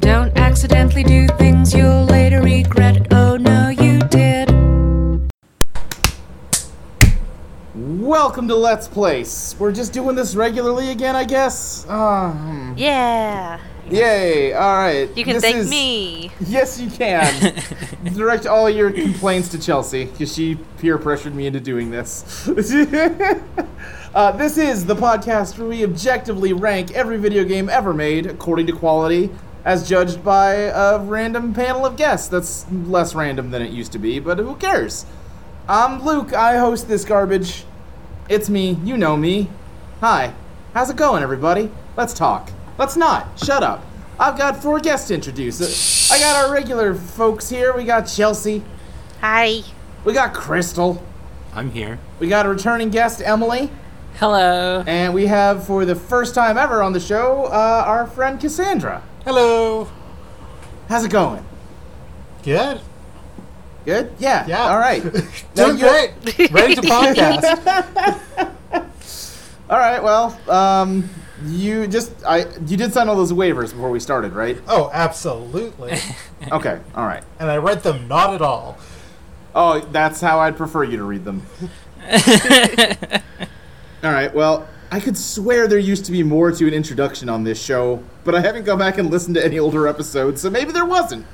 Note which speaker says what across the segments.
Speaker 1: Don't accidentally do things you'll later regret. Oh no, you did.
Speaker 2: Welcome to Let's Place. We're just doing this regularly again, I guess. Um,
Speaker 3: Yeah.
Speaker 2: yay! All right.
Speaker 3: You can
Speaker 2: This
Speaker 3: thank
Speaker 2: is-
Speaker 3: me.
Speaker 2: Yes, you can. Direct all your complaints to Chelsea because she peer pressured me into doing this. uh, this is the podcast where we objectively rank every video game ever made according to quality, as judged by a random panel of guests. That's less random than it used to be, but who cares? I'm Luke. I host this garbage. It's me. You know me. Hi. How's it going, everybody? Let's talk. Let's not. Shut up. I've got four guests to introduce. I got our regular folks here. We got Chelsea.
Speaker 3: Hi.
Speaker 2: We got Crystal.
Speaker 4: I'm here.
Speaker 2: We got a returning guest, Emily.
Speaker 4: Hello.
Speaker 2: And we have, for the first time ever on the show, uh, our friend Cassandra.
Speaker 5: Hello.
Speaker 2: How's it going?
Speaker 5: Good.
Speaker 2: Good? Yeah.
Speaker 5: Yeah.
Speaker 2: All right. No,
Speaker 5: Doing
Speaker 2: you're-
Speaker 5: great. Ready to podcast.
Speaker 2: All right. Well, um, you just I you did sign all those waivers before we started, right?
Speaker 5: oh, absolutely.
Speaker 2: Okay. All right.
Speaker 5: And I read them not at all.
Speaker 2: Oh, that's how I'd prefer you to read them. All right. Well, I could swear there used to be more to an introduction on this show, but I haven't gone back and listened to any older episodes, so maybe there wasn't.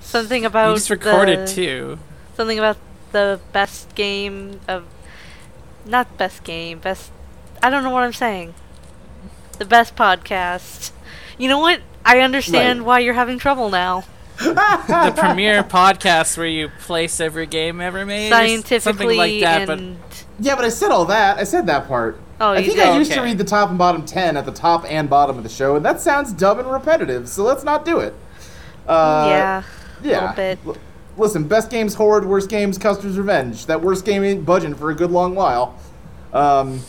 Speaker 3: Something about
Speaker 4: we just recorded
Speaker 3: Oh, the,
Speaker 4: too.
Speaker 3: Something about the best game of not best game, best I don't know what I'm saying. The best podcast. You know what? I understand
Speaker 2: Right.
Speaker 3: why you're having trouble now.
Speaker 4: The premiere podcast where you place every game ever made. or s-
Speaker 3: Scientifically
Speaker 4: something like that,
Speaker 3: and
Speaker 2: Yeah, but I said all that. I said that part.
Speaker 3: Oh,
Speaker 2: I
Speaker 3: you
Speaker 2: think
Speaker 3: did.
Speaker 2: I used to
Speaker 4: Okay.
Speaker 2: read the top and bottom ten at the top and bottom of the show, and that sounds dumb and repetitive. So let's not do it. Uh,
Speaker 3: yeah,
Speaker 2: Yeah.
Speaker 3: little bit.
Speaker 2: L- listen, best games Horde, worst games Custer's Revenge. That worst game ain't budging for a good long while. Um,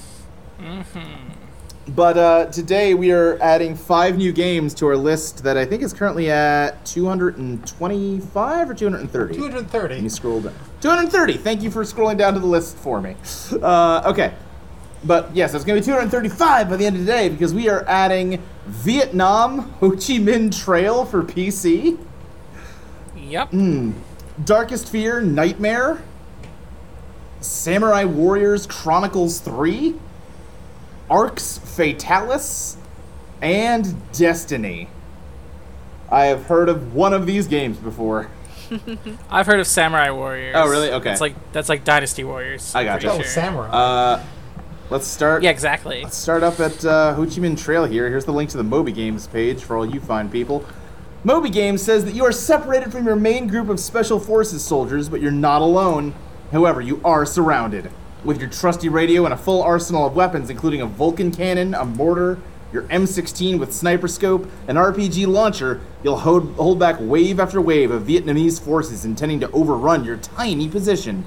Speaker 2: But uh, today we are adding five new games to our list that I think is currently at 225 or 230.
Speaker 5: 230.
Speaker 2: Let me scroll down. 230. Thank you for scrolling down to the list for me. Uh, okay. But yes, it's going to be 235 by the end of the day because we are adding Vietnam Ho Chi Minh Trail for PC.
Speaker 4: and yep.
Speaker 2: Darkest Fear Nightmare, Samurai Warriors Chronicles 3, Arx Fatalis, and Destiny. I have heard of one of these games before.
Speaker 4: I've heard of Samurai Warriors.
Speaker 2: Oh, really? Okay.
Speaker 4: It's like that's like Dynasty Warriors.
Speaker 2: I
Speaker 4: I'm
Speaker 2: gotcha.
Speaker 4: pretty
Speaker 5: Oh, Samurai.
Speaker 2: Uh, let's start.
Speaker 4: Yeah, exactly.
Speaker 2: Start up at uh, Ho Chi Minh Trail here. Here's the link to the Moby Games page for all you fine people. Moby Games says that you are separated from your main group of Special Forces soldiers, but you're not alone. However, you are surrounded. With your trusty radio and a full arsenal of weapons, including a Vulcan cannon, a mortar, your M16 with sniper scope, an RPG launcher, you'll hold, hold back wave after wave of Vietnamese forces intending to overrun your tiny position.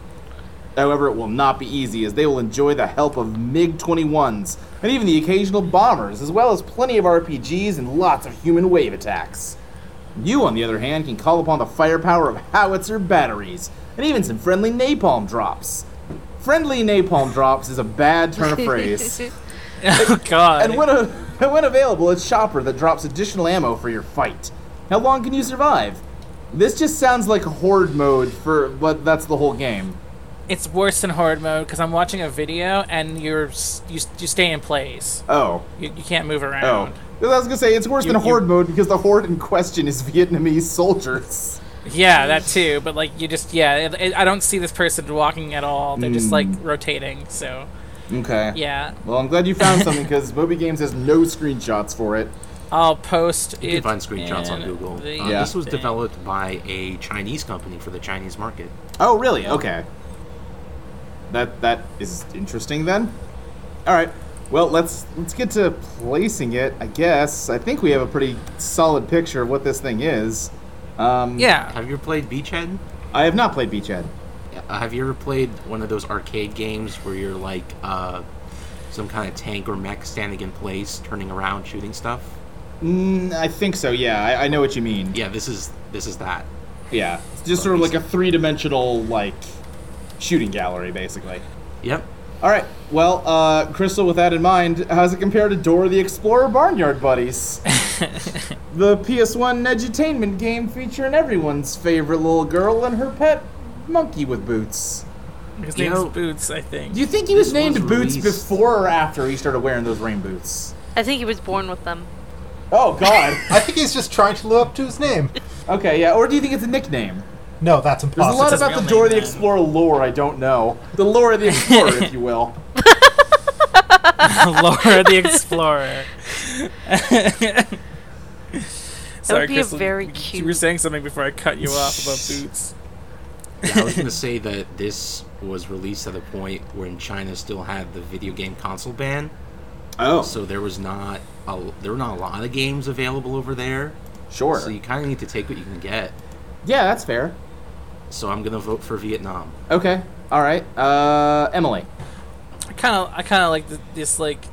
Speaker 2: However, it will not be easy as they will enjoy the help of MiG 21s and even the occasional bombers, as well as plenty of RPGs and lots of human wave attacks. You, on the other hand, can call upon the firepower of howitzer batteries and even some friendly napalm drops. Friendly napalm drops is a bad turn of phrase.
Speaker 4: Oh God.
Speaker 2: And when, a, and when available, it's Chopper that drops additional ammo for your fight. How long can you survive? This just sounds like a horde mode for, but that's the whole game.
Speaker 4: it's worse than hard mode because I'm watching a video and you're s- you, s- you stay in place.
Speaker 2: Oh,
Speaker 4: You, you can't move
Speaker 2: Oh.
Speaker 4: around.
Speaker 2: I was gonna say it's worse
Speaker 4: You-
Speaker 2: than
Speaker 4: you-
Speaker 2: horde mode because the horde in question is Vietnamese soldiers.
Speaker 4: Yeah, that too. But like you just yeah, it, it, I don't see this person walking at all. They're just like
Speaker 2: Hmm.
Speaker 4: rotating. So
Speaker 2: Okay.
Speaker 4: yeah,
Speaker 2: Well, I'm glad you found something because Moby Games has no screenshots for it.
Speaker 4: I'll post.
Speaker 6: You
Speaker 4: it
Speaker 6: can find screenshots on
Speaker 4: in
Speaker 6: Google. Uh,
Speaker 4: the
Speaker 2: Yeah.
Speaker 6: This was
Speaker 4: thing.
Speaker 6: developed by a Chinese company for the Chinese market.
Speaker 2: Oh, really? Okay. That that is interesting then. All right. Well, let's let's get to placing it. I guess I think we have a pretty solid picture of what this thing is. Um,
Speaker 4: Yeah.
Speaker 6: Have you ever played Beachhead?
Speaker 2: I have not played Beachhead.
Speaker 6: Uh, have you ever played one of those arcade games where you're like uh, some kind of tank or mech standing in place, turning around, shooting stuff?
Speaker 2: Mm, I think so. Yeah, I, I know what you mean.
Speaker 6: Yeah, this is this is that.
Speaker 2: Yeah. It's just sort of like a three-dimensional like shooting gallery, basically.
Speaker 6: Yep.
Speaker 2: All right. Well, uh, Crystal, with that in mind, how's it compare to Dora the Explorer Barnyard Buddies? The PS1 edutainment game featuring everyone's favorite little girl and her pet monkey with boots.
Speaker 4: His
Speaker 6: You
Speaker 4: name's
Speaker 6: know-
Speaker 4: Boots, I think.
Speaker 2: Do you think he was
Speaker 6: This
Speaker 2: named
Speaker 6: was
Speaker 2: Boots
Speaker 6: released-
Speaker 2: before or after he started wearing those rain boots?
Speaker 3: I think he was born with them.
Speaker 2: Oh God.
Speaker 5: I think he's just trying to live up to his name.
Speaker 2: okay, yeah. Or do you think it's a nickname?
Speaker 5: No, that's
Speaker 2: There's a
Speaker 5: impossible.
Speaker 2: lot
Speaker 4: his
Speaker 2: about the
Speaker 4: real
Speaker 2: Dora
Speaker 4: name,
Speaker 2: the
Speaker 4: then.
Speaker 2: Explorer lore I don't know. The lore of the Explorer, if you will.
Speaker 4: Laura the Explorer. Sorry,
Speaker 3: be a
Speaker 4: Crystal,
Speaker 3: very
Speaker 4: you- You were
Speaker 3: cute-
Speaker 4: saying something before I cut you off about Boots.
Speaker 6: Yeah, I was going to say that this was released at a point when China still had the video game console ban,
Speaker 2: Oh,
Speaker 6: so there was not a, there were not a lot of games available over there.
Speaker 2: sure.
Speaker 6: So you kind of need to take what you can get.
Speaker 2: Yeah, that's fair.
Speaker 6: So I'm going to vote for Vietnam.
Speaker 2: Okay. All right. Uh, Emily.
Speaker 4: I kind of, I kind of like th- this. Like,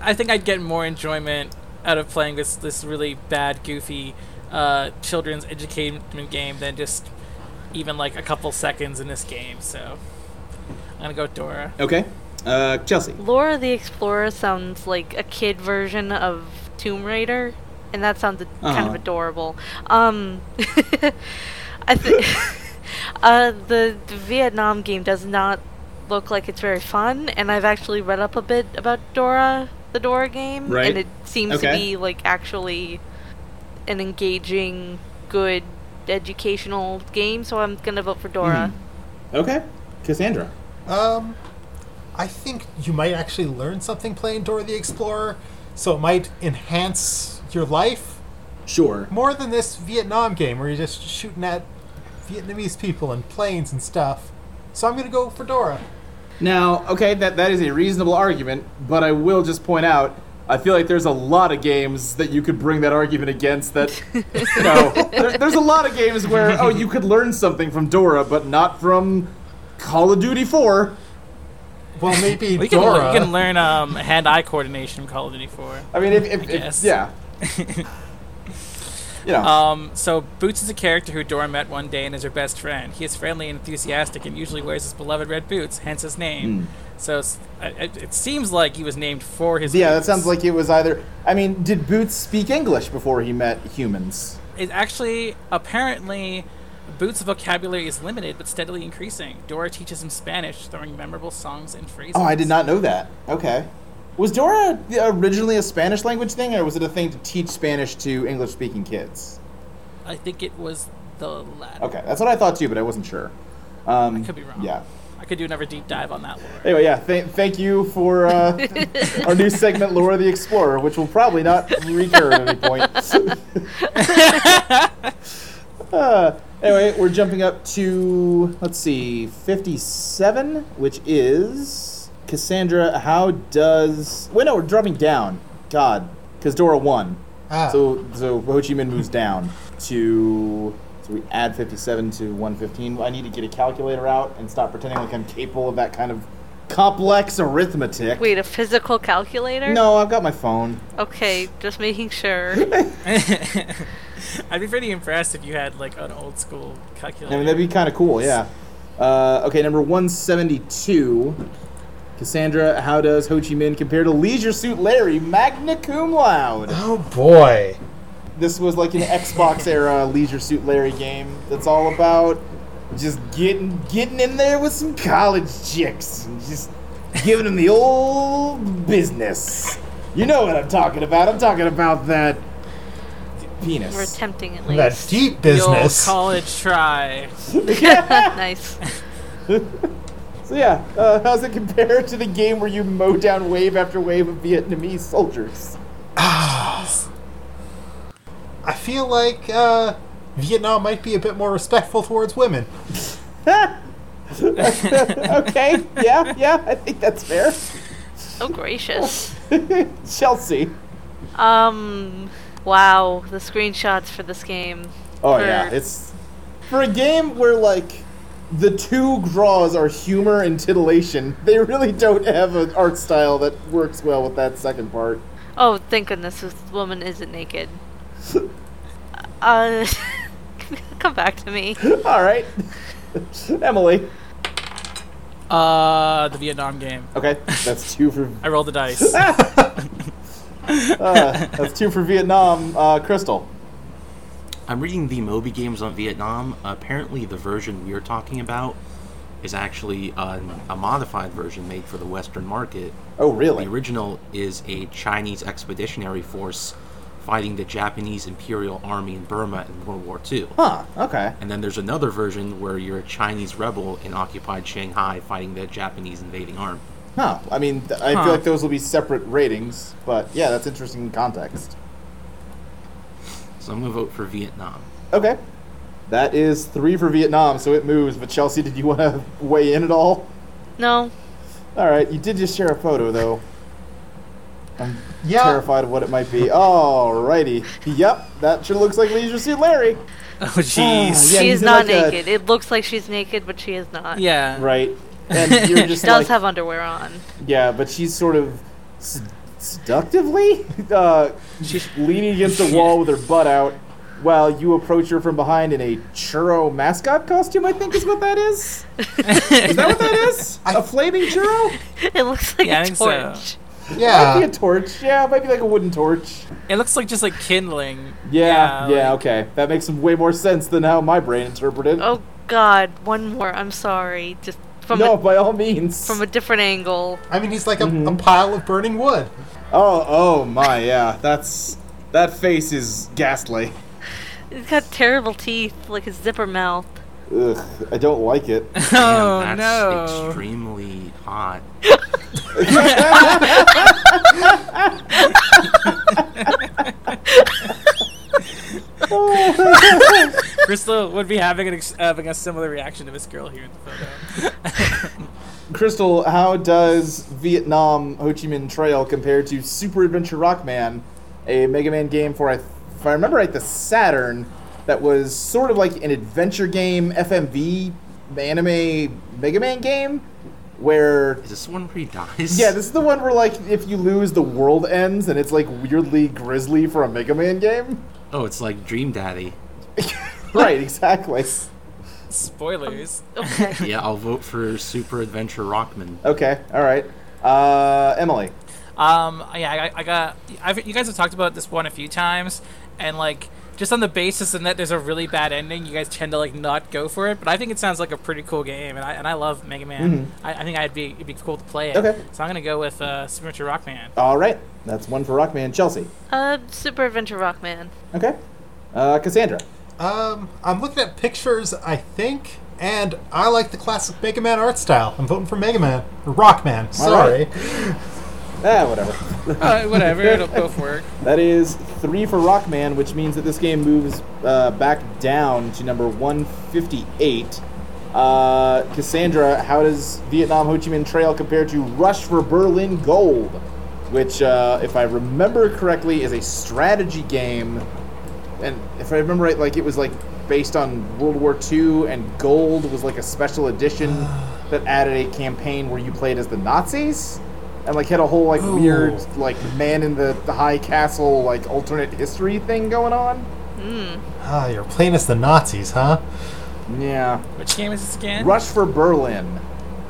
Speaker 4: I think I'd get more enjoyment out of playing this this really bad, goofy, uh, children's education game than just even like a couple seconds in this game. So I'm gonna go with Dora.
Speaker 2: Okay. Uh, Chelsea.
Speaker 3: Laura the Explorer sounds like a kid version of Tomb Raider, and that sounded kind
Speaker 2: Uh-huh.
Speaker 3: of adorable. Um, I think uh, the, the Vietnam game does not look like it's very fun, and I've actually read up a bit about Dora, the Dora game,
Speaker 2: Right.
Speaker 3: and it seems
Speaker 2: Okay.
Speaker 3: to be like actually an engaging, good educational game. So I'm gonna vote for Dora.
Speaker 2: Hmm. Okay. Cassandra.
Speaker 5: Um, I think you might actually learn something playing Dora the Explorer, so it might enhance your life
Speaker 2: Sure.
Speaker 5: more than this Vietnam game where you're just shooting at Vietnamese people and planes and stuff. So I'm gonna go for Dora.
Speaker 2: Now, okay, that that is a reasonable argument, but I will just point out, I feel like there's a lot of games that you could bring that argument against. That you know, there, there's a lot of games where oh, you could learn something from Dora, but not from Call of Duty 4.
Speaker 5: Well, maybe
Speaker 4: We can,
Speaker 5: Dora.
Speaker 4: you can learn um, hand-eye coordination from Call of Duty 4.
Speaker 2: I mean, if, if, if
Speaker 4: guess.
Speaker 2: yeah, you know,
Speaker 4: Um, so Boots is a character who Dora met one day and is her best friend. He is friendly and enthusiastic and usually wears his beloved red boots, hence his
Speaker 2: Hmm.
Speaker 4: name. So it's, I- I- it seems like he was named for his.
Speaker 2: yeah, that
Speaker 4: boots.
Speaker 2: sounds like it was either. I mean, did Boots speak English before he met humans?
Speaker 4: It actually apparently. Boots' vocabulary is limited but steadily increasing. Dora teaches him Spanish, throwing memorable songs and phrases.
Speaker 2: Oh, I did not know that. Okay. Was Dora originally a Spanish language thing, or was it a thing to teach Spanish to English speaking kids?
Speaker 4: I think it was the latter.
Speaker 2: Okay, that's what I thought too, but I wasn't sure. Um,
Speaker 4: could be wrong.
Speaker 2: Yeah.
Speaker 4: I could do another deep dive on that lore.
Speaker 2: Anyway, yeah. Th- thank you for uh, our new segment, Laura the Explorer, which will probably not recur at any point. uh, anyway, we're jumping up to let's see, fifty-seven, which is Cassandra. How does? Wait, no, we're dropping down. God, because Dora won.
Speaker 5: Ah.
Speaker 2: So so Ho Chi Minh moves down to so we add 57 to 115. I need to get a calculator out and stop pretending like I'm capable of that kind of complex arithmetic.
Speaker 3: Wait, a physical calculator?
Speaker 2: No, I've got my phone.
Speaker 3: Okay, just making sure.
Speaker 4: I'd be pretty impressed if you had like an old school
Speaker 2: I
Speaker 4: calculator.
Speaker 2: mean, that'd be kind of cool, yeah. Uh, okay, number 172. Cassandra, how does Ho Chi Minh compare to Leisure Suit Larry, magna cum laude?
Speaker 5: Oh boy.
Speaker 2: This was like an Xbox era Leisure Suit Larry game that's all about just getting getting in there with some college chicks and just giving them the old business. You know what I'm talking about. I'm talking about that
Speaker 3: We're
Speaker 2: penis.
Speaker 3: attempting at
Speaker 5: That
Speaker 3: least.
Speaker 5: deep
Speaker 4: The old
Speaker 5: business.
Speaker 4: college try.
Speaker 3: nice.
Speaker 2: So yeah, uh, how's it compare to the game where you mow down wave after wave of Vietnamese soldiers?
Speaker 5: I feel like uh, Vietnam might be a bit more respectful towards women.
Speaker 2: okay, yeah, yeah, I think that's fair.
Speaker 3: Oh gracious.
Speaker 2: Chelsea.
Speaker 3: Um wow, the screenshots for this game.
Speaker 2: Oh
Speaker 3: for-
Speaker 2: yeah, it's for a game where like the two draws are humor and titillation. They really don't have an art style that works well with that second part.
Speaker 3: Oh, thank goodness this woman isn't naked. Uh come back to me.
Speaker 2: All right, Emily.
Speaker 4: Uh, the Vietnam game.
Speaker 2: Okay, that's two for. Ah!
Speaker 4: I rolled the dice.
Speaker 2: Uh, that's two for Vietnam. Uh, Crystal.
Speaker 6: I'm reading the Moby games on Vietnam. Apparently, the version we're talking about is actually an, a modified version made for the Western market.
Speaker 2: Oh,
Speaker 6: The
Speaker 2: really?
Speaker 6: original is a Chinese expeditionary force fighting the Japanese Imperial Army in Burma in World War II.
Speaker 2: Huh. Okay.
Speaker 6: And then there's another version where you're a Chinese rebel in occupied Shanghai fighting the Japanese invading army.
Speaker 2: Huh. I mean, th- I
Speaker 4: Huh.
Speaker 2: feel like those will be separate ratings, but yeah, that's interesting context.
Speaker 6: So I'm going to vote for Vietnam.
Speaker 2: Okay. That is three for Vietnam, so it moves. But Chelsea, did you want to weigh in at all?
Speaker 3: No.
Speaker 2: All right, you did just share a photo, though. I'm
Speaker 5: Yeah.
Speaker 2: terrified of what it might be. Alrighty. Yep, that sure looks like Leisure Suit Larry.
Speaker 4: Oh jeez.
Speaker 2: Yeah,
Speaker 3: she
Speaker 2: you
Speaker 3: is
Speaker 2: did
Speaker 3: not
Speaker 2: like a-
Speaker 3: naked. It looks like she's naked, but she is not.
Speaker 4: yeah.
Speaker 2: Right. And you're just
Speaker 3: She does
Speaker 2: like,
Speaker 3: have underwear on.
Speaker 2: yeah, but she's sort of s- seductively uh, she's leaning against the wall with her butt out while you approach her from behind in a churro mascot costume. I think is what that is. Is that what that is? A flaming churro?
Speaker 3: It looks like
Speaker 4: Yeah, I
Speaker 3: a
Speaker 4: think so.
Speaker 3: torch.
Speaker 2: Might be a
Speaker 3: Uh,
Speaker 5: Yeah.
Speaker 2: torch. Yeah, it might be like a wooden torch.
Speaker 4: It looks like just like kindling.
Speaker 2: Yeah, yeah,
Speaker 4: like-
Speaker 2: okay. That makes some way more sense than how my brain interpreted.
Speaker 3: Oh God, one more. I'm sorry. Just from
Speaker 2: no,
Speaker 3: a,
Speaker 2: by all means.
Speaker 3: from a different angle.
Speaker 5: I mean, he's like a,
Speaker 2: Mm-hmm.
Speaker 5: a pile of burning wood.
Speaker 2: oh, oh my, yeah. That's that face is ghastly.
Speaker 3: He's got terrible teeth, like his zipper mouth.
Speaker 2: Ugh, I don't like it.
Speaker 4: Oh
Speaker 6: Damn, that's
Speaker 4: no.
Speaker 6: extremely hot.
Speaker 4: Crystal would be having an ex- having a similar reaction to this girl here in the photo.
Speaker 2: Crystal, how does Vietnam Ho Chi Minh Trail compare to Super Adventure Rockman, a Mega Man game for, I- if I remember right, the Saturn that was sort of like an adventure game, FMV, anime Mega Man game, where
Speaker 6: Is this one where he dies?
Speaker 2: Yeah, this is the one where like if you lose, the world ends, and it's like weirdly grisly for a Mega Man game.
Speaker 6: Oh, it's like Dream Daddy.
Speaker 2: right, exactly.
Speaker 4: Spoilers.
Speaker 3: Okay.
Speaker 6: Yeah, I'll vote for Super Adventure Rockman.
Speaker 2: Okay, all right. Uh, Emily.
Speaker 4: Um, yeah, I, I got. I've, you guys have talked about this one a few times, and like just on the basis and that there's a really bad ending, you guys tend to like not go for it. But I think it sounds like a pretty cool game, and I and I love Mega Man. I, I think I'd be it'd be cool to play it.
Speaker 2: Mm-hmm. Okay.
Speaker 4: So I'm gonna go with uh, Super Metroid Rockman.
Speaker 2: All right, that's one for Rockman. Chelsea.
Speaker 3: Uh, Super Adventure Rockman.
Speaker 2: Okay. Uh, Cassandra.
Speaker 5: Um, I'm looking at pictures, I think, and I like the classic Mega Man art style. I'm voting for Mega Man. Or Rockman, sorry.
Speaker 2: Ah, whatever.
Speaker 4: Uh, whatever, it'll both work.
Speaker 2: That is three for Rockman, which means that this game moves uh, back down to number 158. Uh, Cassandra, how does Vietnam Ho Chi Minh Trail compare to Rush for Berlin Gold, which, uh, if I remember correctly, is a strategy game? And if I remember right, like it was like based on World War II, and Gold was like a special edition that added a campaign where you played as the Nazis, and like had a whole like weird like man in the, the high castle like alternate history thing going on.
Speaker 5: Ah, you're playing as the Nazis, huh?
Speaker 2: Yeah,
Speaker 4: Which game is this again?
Speaker 2: Rush for Berlin.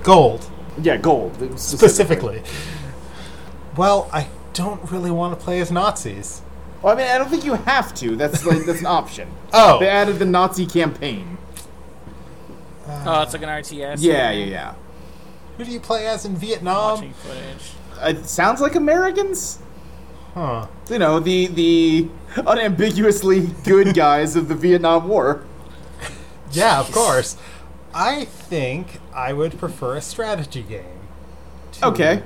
Speaker 5: Gold,
Speaker 2: Yeah, Gold specifically.
Speaker 5: specifically. Well, I don't really want to play as Nazis.
Speaker 2: Well, I mean, I don't think you have to. That's like that's an option.
Speaker 5: Oh.
Speaker 2: they added the Nazi campaign.
Speaker 4: Oh, it's like an RTS.
Speaker 2: Yeah, yeah, yeah.
Speaker 5: Who do you play as in
Speaker 4: Watching
Speaker 5: Vietnam?
Speaker 4: footage.
Speaker 2: It sounds like Americans.
Speaker 5: Huh.
Speaker 2: You know, the the unambiguously good guys of the Vietnam War.
Speaker 5: Yeah, of course. I think I would prefer a strategy game. to
Speaker 2: Okay.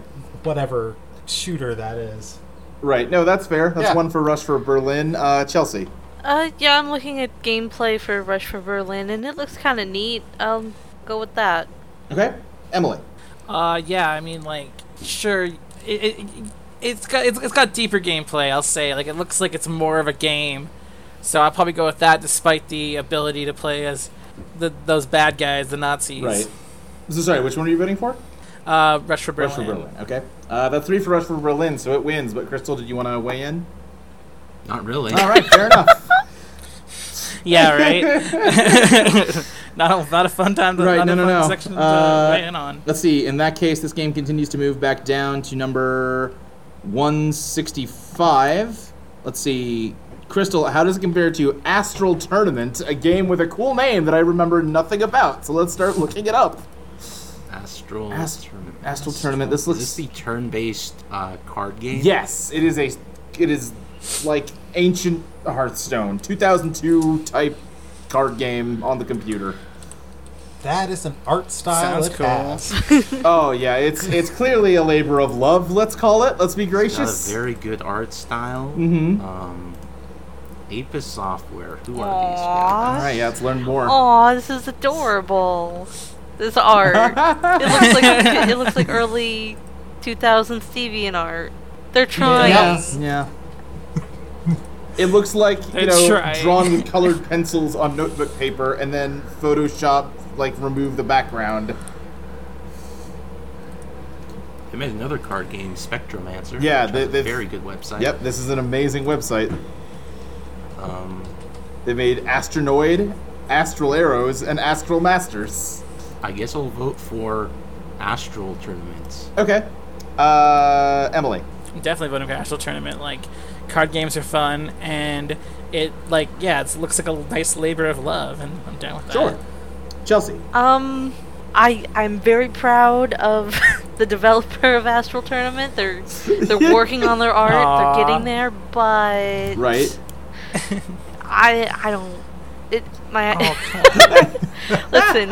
Speaker 5: Whatever shooter that is.
Speaker 2: Right. No, that's fair. That's
Speaker 5: Yeah.
Speaker 2: one for Rush for Berlin. Uh, Chelsea.
Speaker 3: Uh, yeah, I'm looking at gameplay for Rush for Berlin, and it looks kind of neat. I'll go with that.
Speaker 2: Okay. Emily.
Speaker 4: Uh, yeah, I mean, like, sure, it, it, it's got it's, it's got deeper gameplay. I'll say, like, it looks like it's more of a game, so I'll probably go with that, despite the ability to play as the, those bad guys, the Nazis.
Speaker 2: So sorry. Which one are you voting for?
Speaker 4: Uh, Rush for Berlin.
Speaker 2: Rush for Berlin. Okay. Uh, that's three for Rush for Berlin, so it wins. But Crystal, did you want to weigh in?
Speaker 6: Not really.
Speaker 2: All right. Fair enough.
Speaker 4: Yeah, right. not a, not a fun time. To,
Speaker 2: Right,
Speaker 4: Not
Speaker 2: no,
Speaker 4: a
Speaker 2: no,
Speaker 4: fun
Speaker 2: no.
Speaker 4: Section to
Speaker 2: Uh,
Speaker 4: weigh in on.
Speaker 2: Let's see. In that case, this game continues to move back down to number 164. five. Let's see. Crystal, how does it compare to Astral Tournament, a game with a cool name that I remember nothing about? So let's start looking it up.
Speaker 6: Astral
Speaker 2: Ast-
Speaker 6: Tournament.
Speaker 2: Astral Tournament, this looks-
Speaker 6: Is this the turn-based uh, card game?
Speaker 2: Yes, it is a it is like ancient Hearthstone, 2002 type card game on the computer.
Speaker 5: That is an art style.
Speaker 4: Sounds
Speaker 5: it
Speaker 4: cool.
Speaker 5: has.
Speaker 2: Oh yeah, it's it's clearly a labor of love. Let's call it. Let's be
Speaker 6: It's got
Speaker 2: gracious.
Speaker 6: a very good art style.
Speaker 2: Mhm.
Speaker 6: Um, Apis Software. Who are
Speaker 3: Aw.
Speaker 6: these
Speaker 2: All right, yeah, let's learn more.
Speaker 3: Aw, this is adorable. This art. it looks like it looks like early 2000s Stevian art. They're trying.
Speaker 5: Yeah.
Speaker 2: Yeah. It looks like you
Speaker 4: That's
Speaker 2: know
Speaker 4: right.
Speaker 2: drawn with colored pencils on notebook paper, and then Photoshop like remove the background.
Speaker 6: guys? They made another card game, Spectromancer.
Speaker 2: Yeah,
Speaker 6: which
Speaker 2: they-
Speaker 6: has a
Speaker 2: they've-
Speaker 6: very good website.
Speaker 2: Yep, this is an amazing website.
Speaker 6: Um,
Speaker 2: They made Astronoid, Astral Arrows, and Astral Masters.
Speaker 6: I guess I'll vote for Astral Tournaments.
Speaker 2: Okay, uh, Emily.
Speaker 4: I'm definitely voting for Astral Tournament. Like, card games are fun, and it like yeah, it looks like a nice labor of love, and I'm down with that.
Speaker 2: Sure. Uh, Chelsea.
Speaker 3: Um, I I'm very proud of the developer of Astral Tournament. They're they're working on their art.
Speaker 4: Aw.
Speaker 3: They're getting there, but
Speaker 2: Right.
Speaker 3: I I don't. It my
Speaker 4: Oh,
Speaker 3: listen.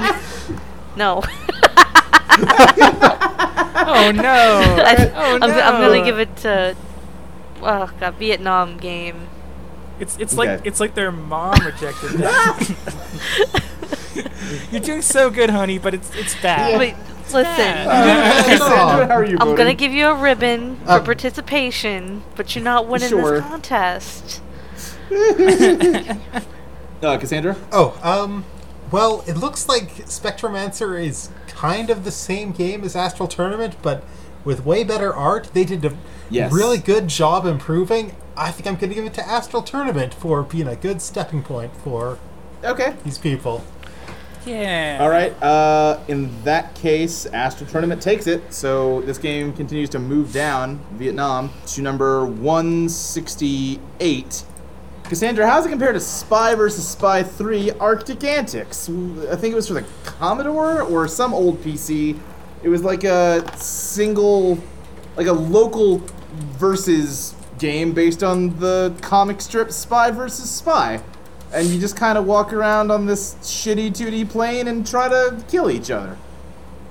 Speaker 3: No,
Speaker 4: Oh no!
Speaker 3: I,
Speaker 4: oh
Speaker 3: I'm,
Speaker 4: no!
Speaker 3: I'm gonna give it to. Oh god, Vietnam game.
Speaker 4: It's it's like
Speaker 2: Okay.
Speaker 4: it's like their mom rejected that. You're doing so good, honey, but it's it's bad.
Speaker 3: Wait, listen.
Speaker 2: Uh, Cassandra, how are you
Speaker 3: I'm
Speaker 2: voting?
Speaker 3: gonna give you a ribbon for
Speaker 2: Um,
Speaker 3: participation, but you're not winning
Speaker 2: sure.
Speaker 3: this contest.
Speaker 2: Uh, Cassandra.
Speaker 5: Oh, um, well, it looks like Spectromancer is kind of the same game as Astral Tournament, but with way better art. They did a
Speaker 2: Yes.
Speaker 5: really good job improving. I think I'm going to give it to Astral Tournament for being a good stepping point for
Speaker 2: Okay.
Speaker 5: these people.
Speaker 4: Yeah.
Speaker 2: All right. Uh, in that case, Astral Tournament takes it. So this game continues to move down Vietnam to number 168. Cassandra, how's it compare to Spy versus Spy 3 Arctic Antics? I think it was for the Commodore or some old PC. It was like a single, like a local versus game based on the comic strip Spy versus Spy. And you just kind of walk around on this shitty 2D plane and try to kill each other.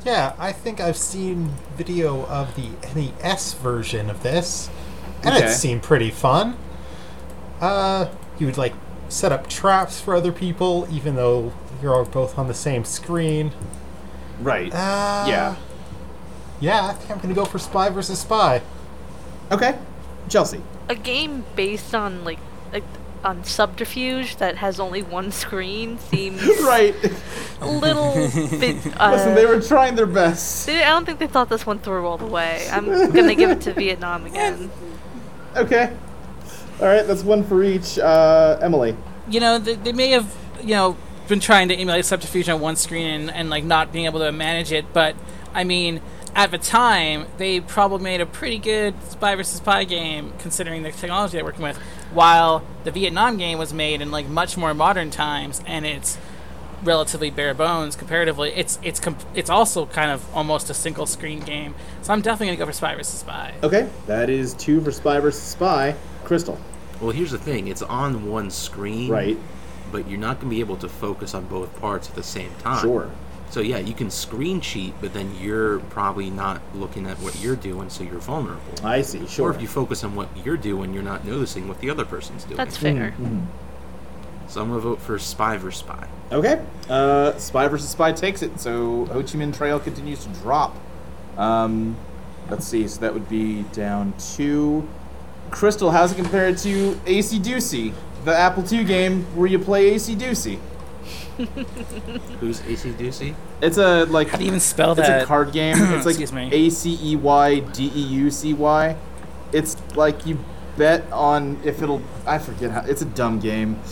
Speaker 5: Yeah, I think I've seen video of the NES version of this, and
Speaker 2: Okay.
Speaker 5: it seemed pretty fun. Uh, you would like set up traps for other people, even though you're both on the same screen.
Speaker 2: Right.
Speaker 5: Uh,
Speaker 2: yeah.
Speaker 5: yeah. I think I'm gonna go for Spy versus Spy.
Speaker 2: Okay. Chelsea.
Speaker 3: A game based on like, like on subterfuge that has only one screen seems
Speaker 2: Right.
Speaker 3: a little bit. Uh,
Speaker 2: Listen, they were trying their best.
Speaker 3: they- I don't think they thought this one through all the way. I'm gonna give it to Vietnam again.
Speaker 2: Okay. All right, that's one for each. Uh, Emily.
Speaker 4: you know, they, they may have, you know, been trying to emulate subterfuge on one screen and, and like not being able to manage it. But I mean, at the time, they probably made a pretty good spy versus spy game considering the technology they're working with. While the Vietnam game was made in like much more modern times, and it's relatively bare bones comparatively. It's it's comp- it's also kind of almost a single screen game. So I'm definitely gonna go for spy versus spy.
Speaker 2: Okay, that is two for Spy versus Spy. Crystal.
Speaker 6: Well, here's the thing. It's on one screen.
Speaker 2: Right.
Speaker 6: But you're not going to be able to focus on both parts at the same time.
Speaker 2: Sure.
Speaker 6: So yeah, you can screen cheat, but then you're probably not looking at what you're doing, so you're vulnerable.
Speaker 2: I see.
Speaker 6: Or
Speaker 2: Sure.
Speaker 6: if you focus on what you're doing, you're not noticing what the other person's doing.
Speaker 3: That's fair.
Speaker 6: so I'm gonna vote for Spy versus Spy.
Speaker 2: Okay. Uh, spy versus Spy takes it. So Ho Chi Minh Trail continues to drop. Um, let's see. So that would be down two. Crystal, how's it compared to AC Doocy, the Apple II game where you play AC Doocy?
Speaker 6: Who's AC Ducey?
Speaker 2: It's a like
Speaker 4: How do you even spell
Speaker 2: It's
Speaker 4: that?
Speaker 2: a card game. It's
Speaker 4: Excuse me.
Speaker 2: like A C E Y D E U C Y. It's like you bet on if it'll. I forget how. It's a dumb game.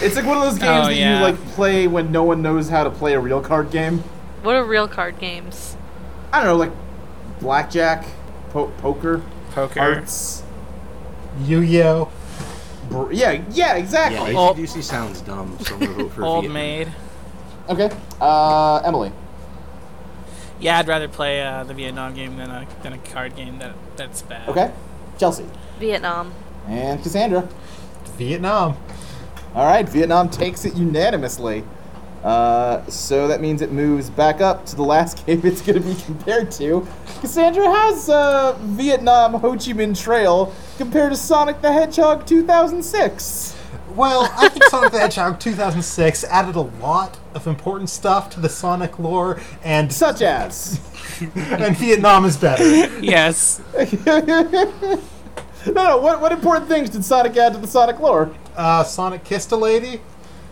Speaker 2: it's like one of those games
Speaker 4: Oh,
Speaker 2: that
Speaker 4: yeah.
Speaker 2: you like play when no one knows how to play a real card game.
Speaker 3: What are real card games?
Speaker 2: I don't know, like blackjack, po- poker,
Speaker 4: Poker.
Speaker 2: hearts,
Speaker 5: Yu-Gi-Oh.
Speaker 2: Br- yeah, yeah,
Speaker 6: Yeah,
Speaker 2: exactly.
Speaker 4: All-
Speaker 6: ACDC sounds dumb, so I'm gonna vote for
Speaker 4: Old
Speaker 6: Vietnam.
Speaker 4: maid.
Speaker 2: Okay, uh, Emily.
Speaker 4: Yeah, I'd rather play uh, the Vietnam game than a, than a card game that that's bad.
Speaker 2: Okay, Chelsea
Speaker 3: Vietnam.
Speaker 2: and Cassandra.
Speaker 5: Vietnam.
Speaker 2: All right, Vietnam takes it unanimously. Uh, so that means it moves back up to the last game it's going to be compared to. Cassandra, how's uh, Vietnam Ho Chi Minh Trail compared to Sonic the Hedgehog 2006?
Speaker 5: Well, I think Sonic the Hedgehog 2006 added a lot of important stuff to the Sonic lore, and
Speaker 2: Such as.
Speaker 5: and Vietnam is better.
Speaker 4: Yes.
Speaker 2: No, no, what, what important things did Sonic add to the Sonic lore?
Speaker 5: Uh, Sonic kissed a lady.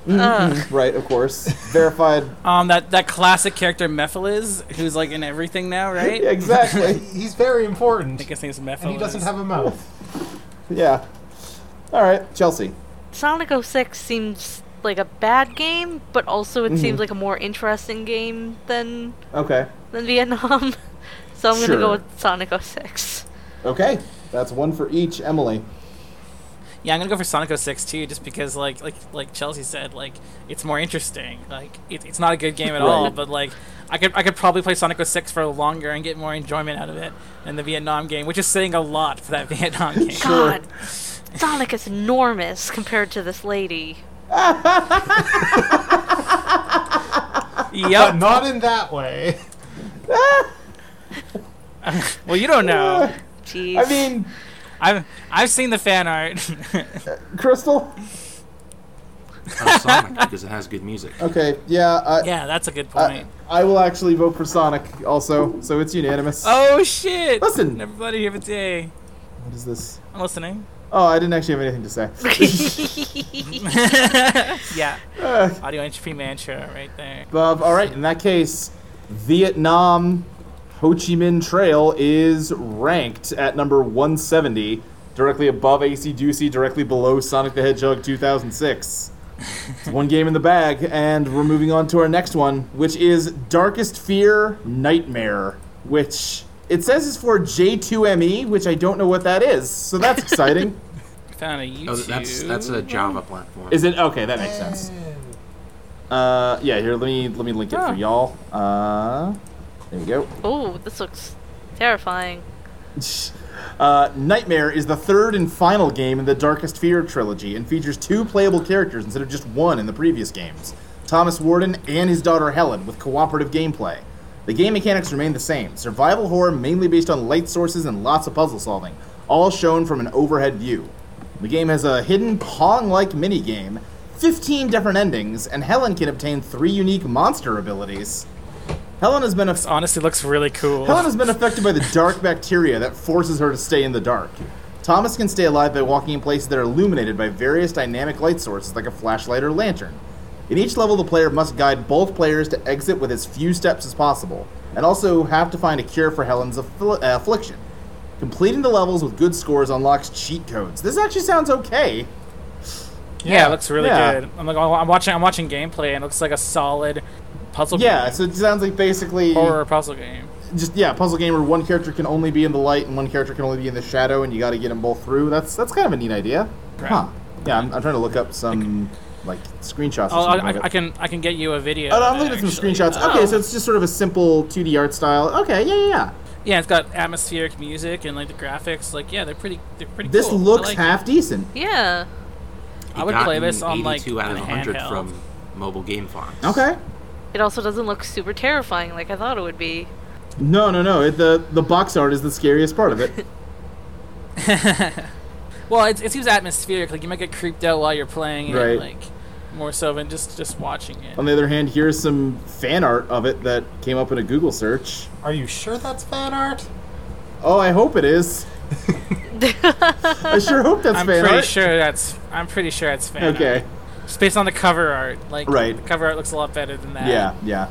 Speaker 3: Ugh.
Speaker 2: Right, of course. Verified.
Speaker 4: Um, that that classic character Mephiles, who's like in everything now, right?
Speaker 2: Yeah, exactly.
Speaker 5: He's very important,
Speaker 4: I think his name's Mephiles.
Speaker 5: and he doesn't have a mouth.
Speaker 2: Yeah. All right, Chelsea.
Speaker 3: Sonic 06 seems like a bad game, but also it seems like a more interesting game than
Speaker 2: Okay.
Speaker 3: than Vietnam. so I'm gonna
Speaker 2: Sure.
Speaker 3: go with Sonic 06.
Speaker 2: Okay. That's one for each, Emily.
Speaker 4: Yeah, I'm gonna go for Sonic 06 too, just because like like like Chelsea said, like it's more interesting. Like it, it's not a good game at all,
Speaker 2: Right.
Speaker 4: but like I could I could probably play Sonic 06 for longer and get more enjoyment out of it than the Vietnam game, which is saying a lot for that Vietnam game.
Speaker 3: God, Sonic is enormous compared to this lady.
Speaker 5: But
Speaker 4: yep.
Speaker 5: not in that way.
Speaker 4: Well, you don't know.
Speaker 3: Jeez.
Speaker 2: I mean,
Speaker 4: I've I've seen the fan art.
Speaker 2: Crystal?
Speaker 6: Uh, Sonic because it has good music.
Speaker 2: Okay, yeah. Uh,
Speaker 4: yeah, that's a good point.
Speaker 2: I, I will actually vote for Sonic also, so it's unanimous.
Speaker 4: oh shit!
Speaker 2: Listen.
Speaker 4: everybody, have a day.
Speaker 2: What is this?
Speaker 4: I'm listening.
Speaker 2: Oh, I didn't actually have anything to say.
Speaker 4: yeah,
Speaker 2: Uh,
Speaker 4: audio entropy mantra right there.
Speaker 2: Bob, all right, in that case, Vietnam Ho Chi Minh Trail is ranked at number 170, directly above AC Ducey, directly below Sonic the Hedgehog 2006. It's one game in the bag, and we're moving on to our next one, which is Darkest Fear Nightmare, which it says is for J2ME, E, which I don't know what that is, so that's exciting.
Speaker 4: Found a YouTube.
Speaker 6: Oh, that's that's a Java platform.
Speaker 2: Is it okay? That makes sense. Uh, yeah. Here, let me let me link it
Speaker 4: Oh.
Speaker 2: for y'all. Uh, there we go.
Speaker 3: oh, this looks terrifying.
Speaker 2: Uh, Nightmare is the third and final game in the Darkest Fear trilogy and features two playable characters instead of just one in the previous games Thomas Warden and his daughter Helen, with cooperative gameplay. The game mechanics remain the same survival horror mainly based on light sources and lots of puzzle solving, all shown from an overhead view. The game has a hidden Pong like minigame, 15 different endings, and Helen can obtain three unique monster abilities. Helen has been a
Speaker 4: honestly looks really cool.
Speaker 2: Helen has been affected by the dark bacteria that forces her to stay in the dark. Thomas can stay alive by walking in places that are illuminated by various dynamic light sources like a flashlight or lantern. In each level, the player must guide both players to exit with as few steps as possible, and also have to find a cure for Helen's affli- uh, affliction. Completing the levels with good scores unlocks cheat codes. This actually sounds okay.
Speaker 4: yeah, it looks really
Speaker 2: Yeah.
Speaker 4: good. I'm like, I'm watching, I'm watching gameplay, and it looks like a solid puzzle.
Speaker 2: Yeah,
Speaker 4: game,
Speaker 2: so it sounds like basically
Speaker 4: horror puzzle game.
Speaker 2: just yeah, puzzle game where one character can only be in the light and one character can only be in the shadow, and you got to get them both through. That's that's kind of a neat idea.
Speaker 4: Right.
Speaker 2: Huh? Yeah, I'm, I'm trying to look up some like screenshots.
Speaker 4: Oh,
Speaker 2: Or something
Speaker 4: I,
Speaker 2: of
Speaker 4: I,
Speaker 2: it.
Speaker 4: I can, I can get you a video.
Speaker 2: Oh, no,
Speaker 4: of
Speaker 2: I'm
Speaker 4: it,
Speaker 2: looking at some
Speaker 4: actually. Oh.
Speaker 2: screenshots. Okay, so it's just sort of a simple 2D art style. Okay, yeah, yeah. yeah.
Speaker 4: Yeah, it's got atmospheric music and like the graphics. Like, yeah, they're pretty, they're pretty.
Speaker 2: This
Speaker 4: cool. I
Speaker 2: looks
Speaker 4: like it.
Speaker 2: half decent.
Speaker 3: Yeah.
Speaker 4: I would
Speaker 6: It got
Speaker 4: play
Speaker 6: an
Speaker 4: this on like
Speaker 6: 82 out of
Speaker 4: on
Speaker 6: 100
Speaker 4: handheld.
Speaker 6: from Mobile Game Fox.
Speaker 2: Okay.
Speaker 3: It also doesn't look super terrifying like I thought it would be.
Speaker 2: No, no, no. It, the the box art is the scariest part of it.
Speaker 4: Well, it, it seems atmospheric. Like you might get creeped out while you're playing it,
Speaker 2: Right.
Speaker 4: like more so than just just watching it.
Speaker 2: On the other hand, here's some fan art of it that came up in a Google search.
Speaker 5: Are you sure that's fan art?
Speaker 2: Oh, I hope it is. I sure hope that's
Speaker 4: I'm
Speaker 2: fan
Speaker 4: pretty
Speaker 2: art.
Speaker 4: sure that's I'm pretty sure that's fan.
Speaker 2: Okay.
Speaker 4: art. Just based on the cover art, like
Speaker 2: Right.
Speaker 4: the cover art looks a lot better than that.
Speaker 2: Yeah, yeah.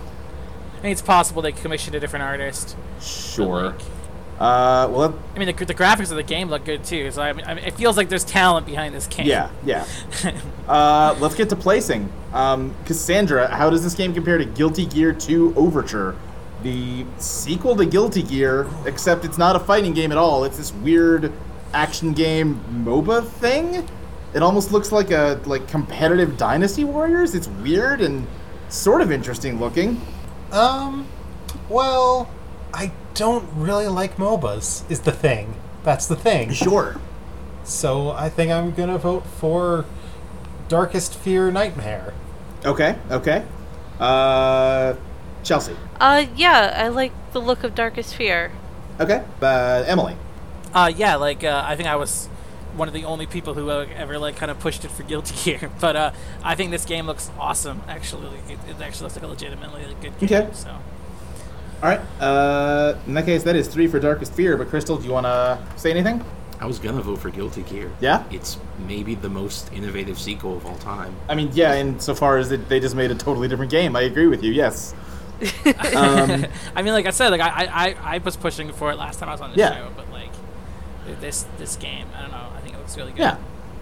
Speaker 4: I mean, it's possible they commissioned a different artist. but,
Speaker 2: Sure.
Speaker 4: like,
Speaker 2: Uh, well, that-
Speaker 4: I mean, the, the graphics of the game look good too. So I mean, I mean, it feels like there's talent behind this game.
Speaker 2: yeah, yeah. Uh, let's get to placing. Um, Cassandra, how does this game compare to Guilty Gear 2 Overture? The sequel to Guilty Gear, except it's not a fighting game at all. It's this weird action game MOBA thing. It almost looks like a like competitive Dynasty Warriors. It's weird and sort of interesting looking.
Speaker 5: Um, well, I don't really like MOBAs, is the thing. That's the thing.
Speaker 2: Sure.
Speaker 5: So I think I'm gonna vote for Darkest Fear Nightmare.
Speaker 2: Okay. Okay. Uh, Chelsea.
Speaker 3: Uh, yeah, I like the look of Darkest Fear.
Speaker 2: Okay. Uh, Emily.
Speaker 4: Uh, yeah, like uh, I think I was one of the only people who uh, ever like kind of pushed it for Guilty Gear, but uh, I think this game looks awesome. Actually, Like, it, it actually looks like a legitimately like, good game.
Speaker 2: Okay.
Speaker 4: So
Speaker 2: All right. Uh, in that case, that is three for Darkest Fear. But Crystal, do you want to say anything?
Speaker 6: I was gonna vote for Guilty Gear.
Speaker 2: Yeah?
Speaker 6: It's maybe the most innovative sequel of all time.
Speaker 2: I mean, yeah. Insofar as it, they just made a totally different game, I agree with you. Yes. um,
Speaker 4: I mean, like I said, like I, I, I- I was pushing for it last time I was on the
Speaker 2: Yeah.
Speaker 4: show, but like th- this this game, I don't know. I think it looks really good.
Speaker 2: Yeah.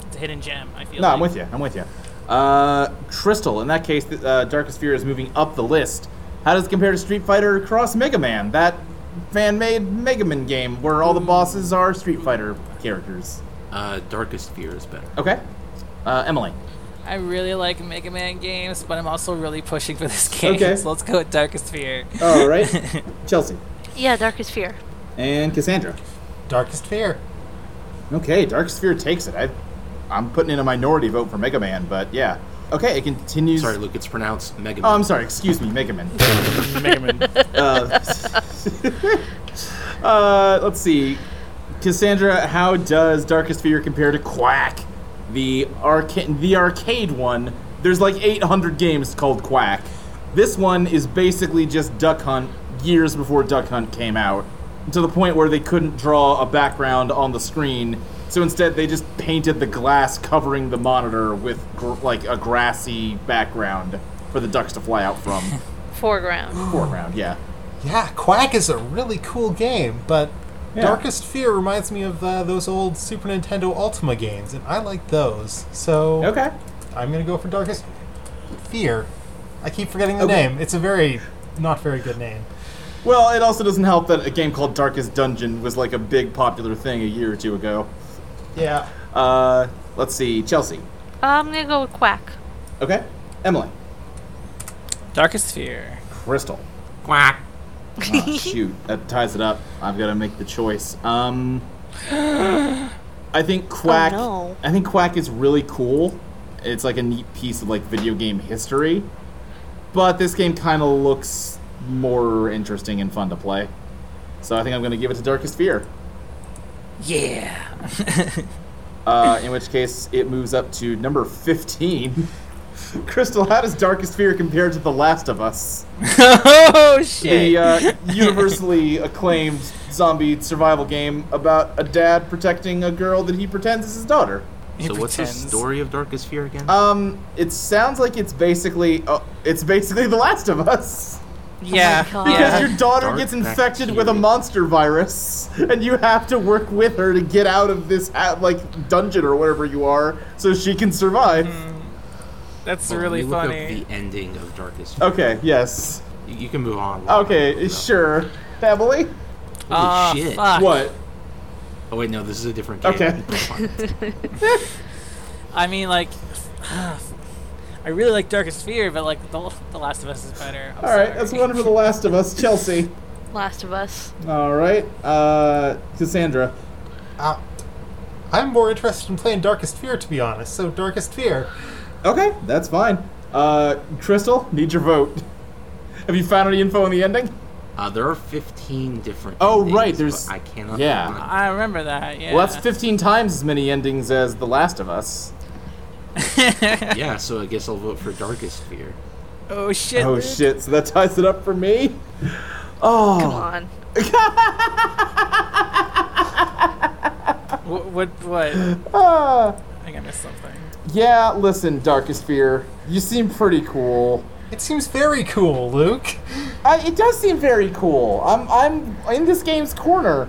Speaker 4: It's a hidden gem. I feel.
Speaker 2: no,
Speaker 4: like.
Speaker 2: I'm with you. I'm with you. Uh, Crystal. In that case, th- uh, Darkest Fear is moving up the list. How does it compare to Street Fighter Cross Mega Man, that fan-made Mega Man game where all the bosses are Street Fighter characters?
Speaker 6: Uh, Darkest Fear is better.
Speaker 2: Okay. Uh, Emily.
Speaker 4: I really like Mega Man games, but I'm also really pushing for this game.
Speaker 2: Okay.
Speaker 4: So let's go with Darkest Fear.
Speaker 2: All right. Chelsea
Speaker 3: Yeah, Darkest Fear.
Speaker 2: and Cassandra.
Speaker 5: Darkest Fear.
Speaker 2: Okay, Dark Sphere takes it. I, I'm putting in a minority vote for Mega Man, but yeah. Okay, it continues.
Speaker 6: Sorry, Luke. It's pronounced Mega
Speaker 2: Oh,
Speaker 6: Man.
Speaker 2: I'm sorry. Excuse me, Mega Man.
Speaker 4: Mega Man.
Speaker 2: uh, uh, let's see. Cassandra, how does Darkest Fear compare to Quack, the arcade, the arcade one? There's like 800 games called Quack. This one is basically just Duck Hunt years before Duck Hunt came out, to the point where they couldn't draw a background on the screen. So instead, they just painted the glass covering the monitor with gr- like a grassy background for the ducks to fly out from.
Speaker 3: Foreground.
Speaker 2: Foreground, yeah.
Speaker 5: Yeah, Quack is a really cool game, but
Speaker 2: Yeah.
Speaker 5: Darkest Fear reminds me of uh, those old Super Nintendo Ultima games, and I like those. So
Speaker 2: Okay.
Speaker 5: I'm gonna go for Darkest Fear. I keep forgetting the
Speaker 2: Okay.
Speaker 5: name. It's a very not very good name.
Speaker 2: Well, it also doesn't help that a game called Darkest Dungeon was like a big popular thing a year or two ago.
Speaker 5: Yeah.
Speaker 2: Uh, let's see, Chelsea.
Speaker 3: I'm gonna go with Quack.
Speaker 2: Okay. Emily.
Speaker 4: Darkest Fear.
Speaker 2: Crystal.
Speaker 6: Quack.
Speaker 2: Ah, shoot, that ties it up. I've got to make the choice. Um, I think Quack.
Speaker 3: no.
Speaker 2: I think Quack is really cool. It's like a neat piece of like video game history, but this game kind of looks more interesting and fun to play. So I think I'm going to give it to Darkest Fear.
Speaker 4: Yeah.
Speaker 2: Uh, in which case, it moves up to number 15. Crystal, how does Darkest Fear compare to The Last of Us?
Speaker 4: oh shit.
Speaker 2: The uh, universally acclaimed zombie survival game about a dad protecting a girl that he pretends is his daughter.
Speaker 4: He
Speaker 6: so what's the
Speaker 4: pretends.
Speaker 6: story of Darkest Fear again?
Speaker 2: Um, it sounds like it's basically uh, it's basically The Last of Us.
Speaker 4: Oh Yeah.
Speaker 3: God.
Speaker 2: Because
Speaker 4: yeah.
Speaker 2: your daughter
Speaker 6: Dark
Speaker 2: gets infected with a
Speaker 6: bacteria.
Speaker 2: monster virus, and you have to work with her to get out of this uh, like dungeon or wherever you are, so she can survive.
Speaker 4: That's
Speaker 6: Well,
Speaker 4: really
Speaker 6: you look
Speaker 4: funny.
Speaker 6: Up the ending of Darkest. Fear.
Speaker 2: Okay, yes.
Speaker 6: You, you can move on.
Speaker 2: Okay, sure. Emily?
Speaker 6: Holy
Speaker 4: Ah,
Speaker 6: shit.
Speaker 4: fuck.
Speaker 2: What?
Speaker 6: Oh wait, no, this is a different game.
Speaker 2: Okay.
Speaker 6: Never mind.
Speaker 4: I mean, like, I really like Darkest Fear, but like, The, the Last of Us is better. I'm
Speaker 2: All right, that's
Speaker 4: sorry.
Speaker 2: one for The Last of Us, Chelsea.
Speaker 3: Last of Us.
Speaker 2: All right, uh, Cassandra.
Speaker 5: Uh, I'm more interested in playing Darkest Fear, to be honest. So Darkest Fear.
Speaker 2: Okay, that's fine. Uh, Crystal, need your vote. Have you found any info on the ending?
Speaker 6: Uh, there are 15 different.
Speaker 2: Oh,
Speaker 6: endings,
Speaker 2: right,
Speaker 6: but
Speaker 2: there's-
Speaker 6: I cannot.
Speaker 2: yeah.
Speaker 6: remember.
Speaker 4: I remember that. Yeah.
Speaker 2: Well, that's 15 times as many endings as The Last of Us.
Speaker 6: yeah. So I guess I'll vote for Darkest Fear.
Speaker 4: oh shit.
Speaker 2: Oh,
Speaker 4: dude.
Speaker 2: shit, so that ties it up for me?
Speaker 3: Come
Speaker 2: Oh,
Speaker 3: on.
Speaker 4: What? What? what? I
Speaker 2: ah.
Speaker 4: think I missed something.
Speaker 2: yeah, listen, Darkest Fear, you seem pretty cool.
Speaker 5: It seems very cool, Luke.
Speaker 2: I, it does seem very cool. I'm I'm in this game's corner.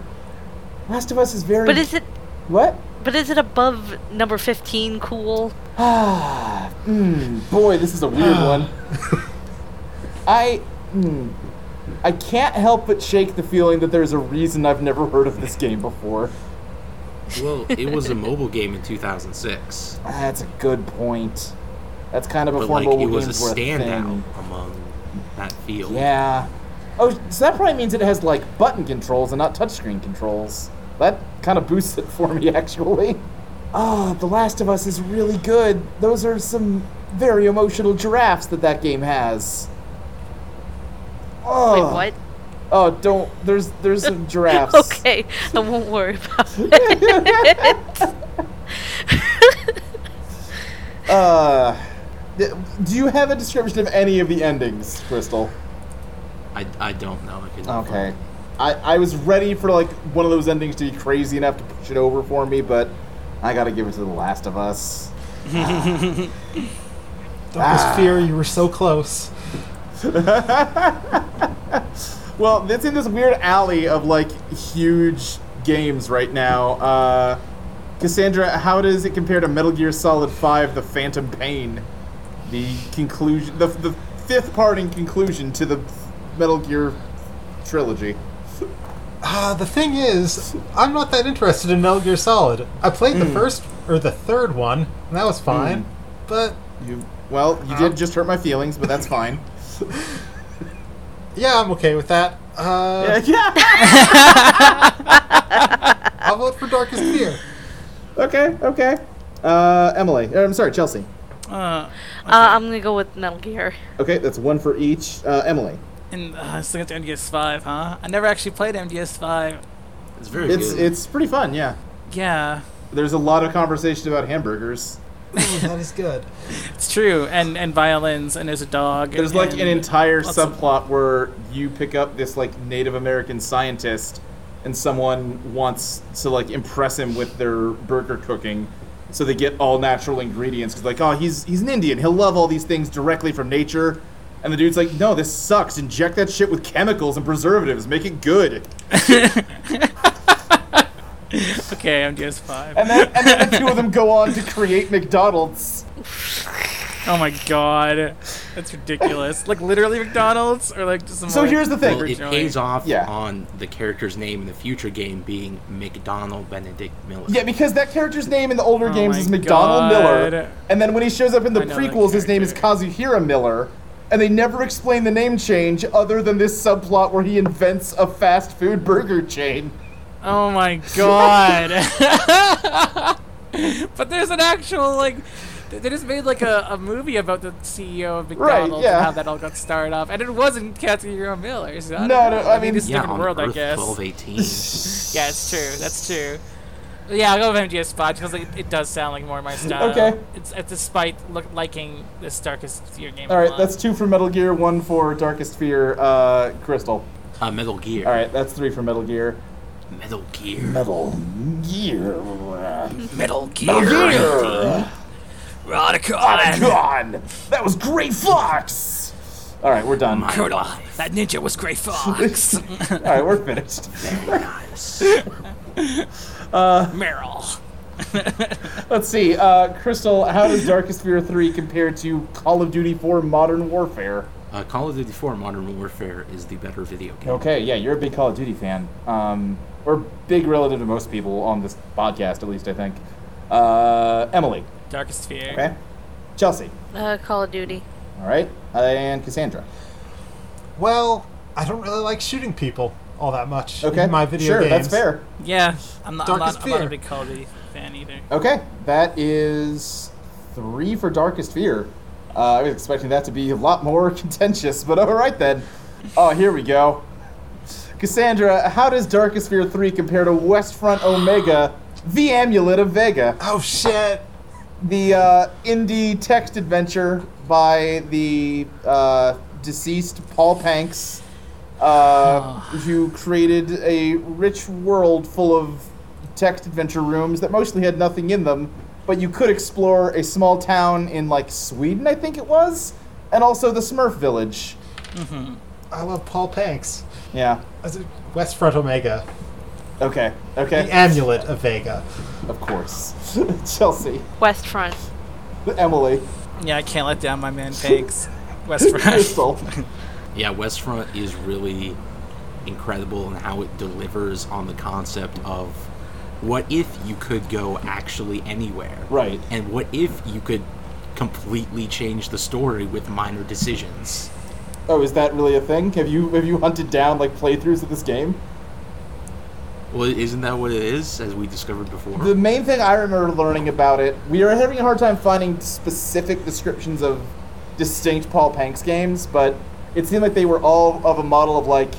Speaker 2: Last of Us is very.
Speaker 3: But is it
Speaker 2: what?
Speaker 3: but is it above number fifteen cool?
Speaker 2: Ah, mm, boy, this is a weird
Speaker 6: Ah.
Speaker 2: one. I mm, I can't help but shake the feeling that there's a reason I've never heard of this game before.
Speaker 6: Well, it was a mobile game in 2006,
Speaker 2: Ah, That's a good point. That's kind of
Speaker 6: but
Speaker 2: before
Speaker 6: like
Speaker 2: mobile
Speaker 6: it was a
Speaker 2: games were
Speaker 6: standout
Speaker 2: thing.
Speaker 6: among that field.
Speaker 2: Yeah. Oh, so that probably means it has like button controls and not touchscreen controls. That kind of boosts it for me, actually. Ah, The Last of Us is really good. Those are some very emotional giraffes that that game has.
Speaker 3: Wait,
Speaker 2: Oh,
Speaker 3: what?
Speaker 2: Oh, don't. There's there's some giraffes.
Speaker 3: Okay, I won't worry about it.
Speaker 2: Uh, th- do you have a description of any of the endings, Crystal?
Speaker 6: I, I don't know. I couldn't
Speaker 2: Okay.
Speaker 6: find
Speaker 2: I, I was ready for like one of those endings to be crazy enough to push it over for me, but I gotta give it to The Last of Us.
Speaker 5: Darkest
Speaker 2: Ah.
Speaker 5: fear, you were so close.
Speaker 2: Well, it's in this weird alley of like huge games right now. Uh, Cassandra, how does it compare to Metal Gear Solid Five: The Phantom Pain? The conclusion, the, the fifth part in conclusion to the Metal Gear trilogy.
Speaker 5: Ah, the thing is, I'm not that interested in Metal Gear Solid. I played
Speaker 2: Hmm.
Speaker 5: the first or the third one, and that was fine. But
Speaker 2: You well, you did just hurt my feelings, but that's fine.
Speaker 5: yeah, I'm okay with that. Uh,
Speaker 2: yeah.
Speaker 5: I'll vote for Darkest Fear.
Speaker 2: Okay. Okay. Uh, Emily, uh, I'm sorry, Chelsea.
Speaker 4: Uh,
Speaker 3: Uh, I'm gonna go with Metal Gear.
Speaker 2: Okay, that's one for each. Uh, Emily,
Speaker 4: and uh, I still got the MDS5, huh? I never actually played MDS5.
Speaker 6: it. It's very
Speaker 2: it's
Speaker 6: good.
Speaker 2: it's pretty fun. Yeah,
Speaker 4: Yeah,
Speaker 2: there's a lot of conversation about hamburgers.
Speaker 5: Ooh, that is good.
Speaker 4: it's true. And and violins, and there's a dog.
Speaker 2: There's
Speaker 4: and,
Speaker 2: like an entire
Speaker 4: lots of-
Speaker 2: subplot where you pick up this like Native American scientist, and someone wants to like impress him with their burger cooking, so they get all natural ingredients. Cause like, oh, he's he's an Indian. He'll love all these things directly from nature. And the dude's like, no, this sucks. Inject that shit with chemicals and preservatives. Make it good.
Speaker 4: Okay, MDS5.
Speaker 2: And then, and then the two of them go on to create McDonald's.
Speaker 4: Oh my god, that's ridiculous. like literally McDonald's, or like just some.
Speaker 2: So
Speaker 4: like,
Speaker 2: here's the thing.
Speaker 6: well, it
Speaker 4: originally-
Speaker 6: pays off
Speaker 2: Yeah.
Speaker 6: on the character's name in the future game being McDonald Benedict Miller.
Speaker 2: Yeah, because that character's name in the older
Speaker 4: Oh
Speaker 2: games
Speaker 4: my
Speaker 2: is McDonald
Speaker 4: God.
Speaker 2: Miller, and then when he shows up in the
Speaker 4: I know that
Speaker 2: prequels, his name is Kazuhira Miller, and they never explain the name change other than this subplot where he invents a fast food burger chain.
Speaker 4: Oh my god. but there's an actual like th- they just made like a, a movie about the CEO of McDonald's
Speaker 2: yeah.
Speaker 4: and how that all got started off, and it wasn't Kathy Miller. So I don't
Speaker 2: No,
Speaker 4: know.
Speaker 2: no, I mean-
Speaker 4: this is a
Speaker 6: yeah,
Speaker 4: different
Speaker 6: on
Speaker 4: world,
Speaker 6: Earth
Speaker 4: I guess.
Speaker 6: 1218.
Speaker 4: Yeah, it's true. That's true. But Yeah, I'll go with MGS Spot because like, it does sound like more my style.
Speaker 2: Okay.
Speaker 4: It's, it's despite look, liking this Darkest Fear game.
Speaker 2: All
Speaker 4: a
Speaker 2: right,
Speaker 4: lot.
Speaker 2: that's two for Metal Gear, one for Darkest Fear, uh, Crystal.
Speaker 6: uh, Metal Gear.
Speaker 2: All right, that's three for Metal Gear.
Speaker 6: Metal Gear.
Speaker 2: Metal Gear.
Speaker 4: Metal Gear. Rodican.
Speaker 2: Oh God, that was great, Fox. All right, we're done.
Speaker 6: My life.
Speaker 4: That ninja was Grey Fox.
Speaker 2: All right, we're finished.
Speaker 6: Very nice.
Speaker 4: Meryl.
Speaker 2: Let's see, uh, Crystal. How does Darkest Fear three compare to Call of Duty Four Modern Warfare?
Speaker 6: Uh, Call of Duty 4 Modern Warfare is the better video game.
Speaker 2: Okay, yeah, you're a big Call of Duty fan. Um, or big relative to most people on this podcast, at least I think. Uh, Emily.
Speaker 4: Darkest Fear.
Speaker 2: Okay. Chelsea.
Speaker 3: Uh, Call of Duty.
Speaker 2: All right. And Cassandra.
Speaker 5: Well, I don't really like shooting people all that much
Speaker 2: Okay.
Speaker 5: in my video
Speaker 2: sure,
Speaker 5: games.
Speaker 2: that's fair.
Speaker 4: Yeah, I'm not, I'm
Speaker 5: Darkest
Speaker 4: not, I'm not a
Speaker 5: Fear.
Speaker 4: big Call of Duty fan either.
Speaker 2: Okay, that is three for Darkest Fear. Uh, I was expecting that to be a lot more contentious, but all right then. Oh, here we go. Cassandra, how does Darkest Fear 3 compare to West Front Omega, The Amulet of Vega?
Speaker 5: Oh shit!
Speaker 2: the uh, indie text adventure by the uh, deceased Paul Panks, uh, who created a rich world full of text adventure rooms that mostly had nothing in them, but you could explore a small town in like Sweden, I think it was, and also the Smurf village.
Speaker 5: I love Paul Panks.
Speaker 2: Yeah.
Speaker 5: As a West Front Omega,
Speaker 2: Okay. Okay.
Speaker 5: the amulet of Vega.
Speaker 2: Of course. Chelsea.
Speaker 3: West Front.
Speaker 2: Emily.
Speaker 4: Yeah, I can't let down my man Pigs. West Front.
Speaker 2: Crystal.
Speaker 6: Yeah, West Front is really incredible in how it delivers on the concept of what if you could go actually anywhere?
Speaker 2: Right.
Speaker 6: And what if you could completely change the story with minor decisions?
Speaker 2: Oh, is that really a thing? Have you have you hunted down like playthroughs of this game?
Speaker 6: Well, isn't that what it is, as we discovered before?
Speaker 2: The main thing I remember learning about it, we are having a hard time finding specific descriptions of distinct Paul Panks games, but it seemed like they were all of a model of like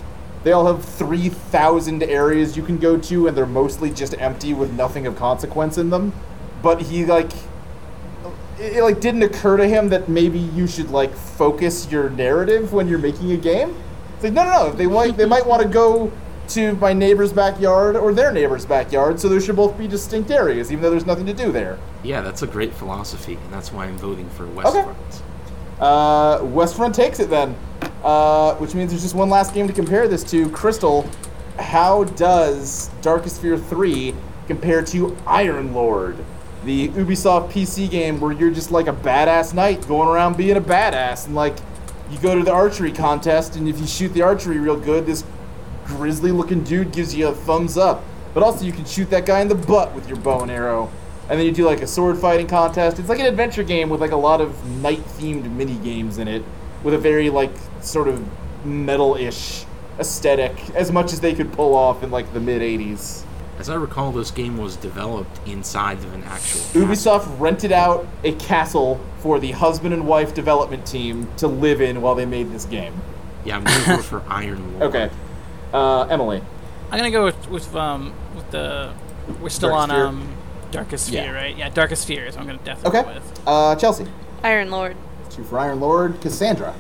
Speaker 2: they all have 3,000 areas you can go to, and they're mostly just empty with nothing of consequence in them. But he like it, it like didn't occur to him that maybe you should like focus your narrative when you're making a game. It's like no, no, no. They like they might want to go to my neighbor's backyard or their neighbor's backyard, so there should both be distinct areas, even though there's nothing to do there.
Speaker 6: yeah, that's a great philosophy, and that's why I'm voting for West
Speaker 2: Okay.
Speaker 6: Front.
Speaker 2: Uh, Westfront takes it then, uh, which means there's just one last game to compare this to. Crystal, how does Darkest Fear 3 compare to Iron Lord, the Ubisoft PC game where you're just like a badass knight going around being a badass and like you go to the archery contest and if you shoot the archery real good, this grizzly looking dude gives you a thumbs up. But also you can shoot that guy in the butt with your bow and arrow. And then you do like a sword fighting contest. It's like an adventure game with like a lot of night themed mini games in it, with a very like sort of metal ish aesthetic, as much as they could pull off in like the mid 80s.
Speaker 6: As I recall, this game was developed inside of an actual.
Speaker 2: Ubisoft rented out a castle for the husband and wife development team to live in while they made this game.
Speaker 6: Yeah, I'm going to vote for Iron Lord.
Speaker 2: Okay. Uh, Emily.
Speaker 4: I'm gonna go with, with um with the we're still
Speaker 2: Darkest
Speaker 4: on
Speaker 2: Sphere?
Speaker 4: um darkest sphere
Speaker 2: Yeah.
Speaker 4: right yeah darkest sphere is what I'm gonna definitely
Speaker 2: Okay.
Speaker 4: go with.
Speaker 2: Uh, Chelsea.
Speaker 3: Iron Lord.
Speaker 2: Two for Iron Lord. Cassandra.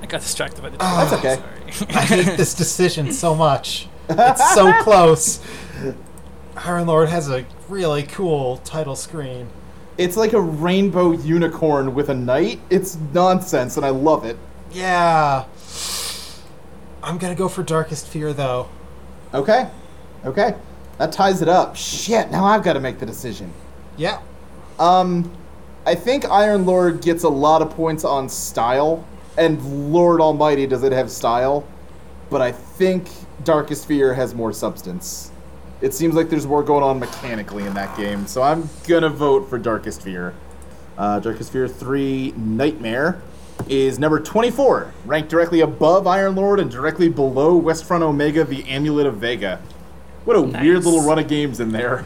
Speaker 4: I got distracted by the.
Speaker 2: Ah, That's
Speaker 4: trailer,
Speaker 2: okay.
Speaker 4: Sorry.
Speaker 5: I hate this decision so much. It's so close. Iron Lord has a really cool title screen.
Speaker 2: It's like a rainbow unicorn with a knight. It's nonsense, and I love it.
Speaker 5: Yeah. I'm gonna go for Darkest Fear though.
Speaker 2: Okay. Okay. That ties it up. Shit, now I've got to make the decision.
Speaker 5: Yeah.
Speaker 2: Um, I think Iron Lord gets a lot of points on style, and Lord Almighty does it have style, but I think Darkest Fear has more substance. It seems like there's more going on mechanically in that game, so I'm gonna vote for Darkest Fear. Uh, Darkest Fear 3 Nightmare is number 24, ranked directly above Iron Lord and directly below West Front Omega, the Amulet of Vega. What a weird
Speaker 4: Nice.
Speaker 2: little run of games in there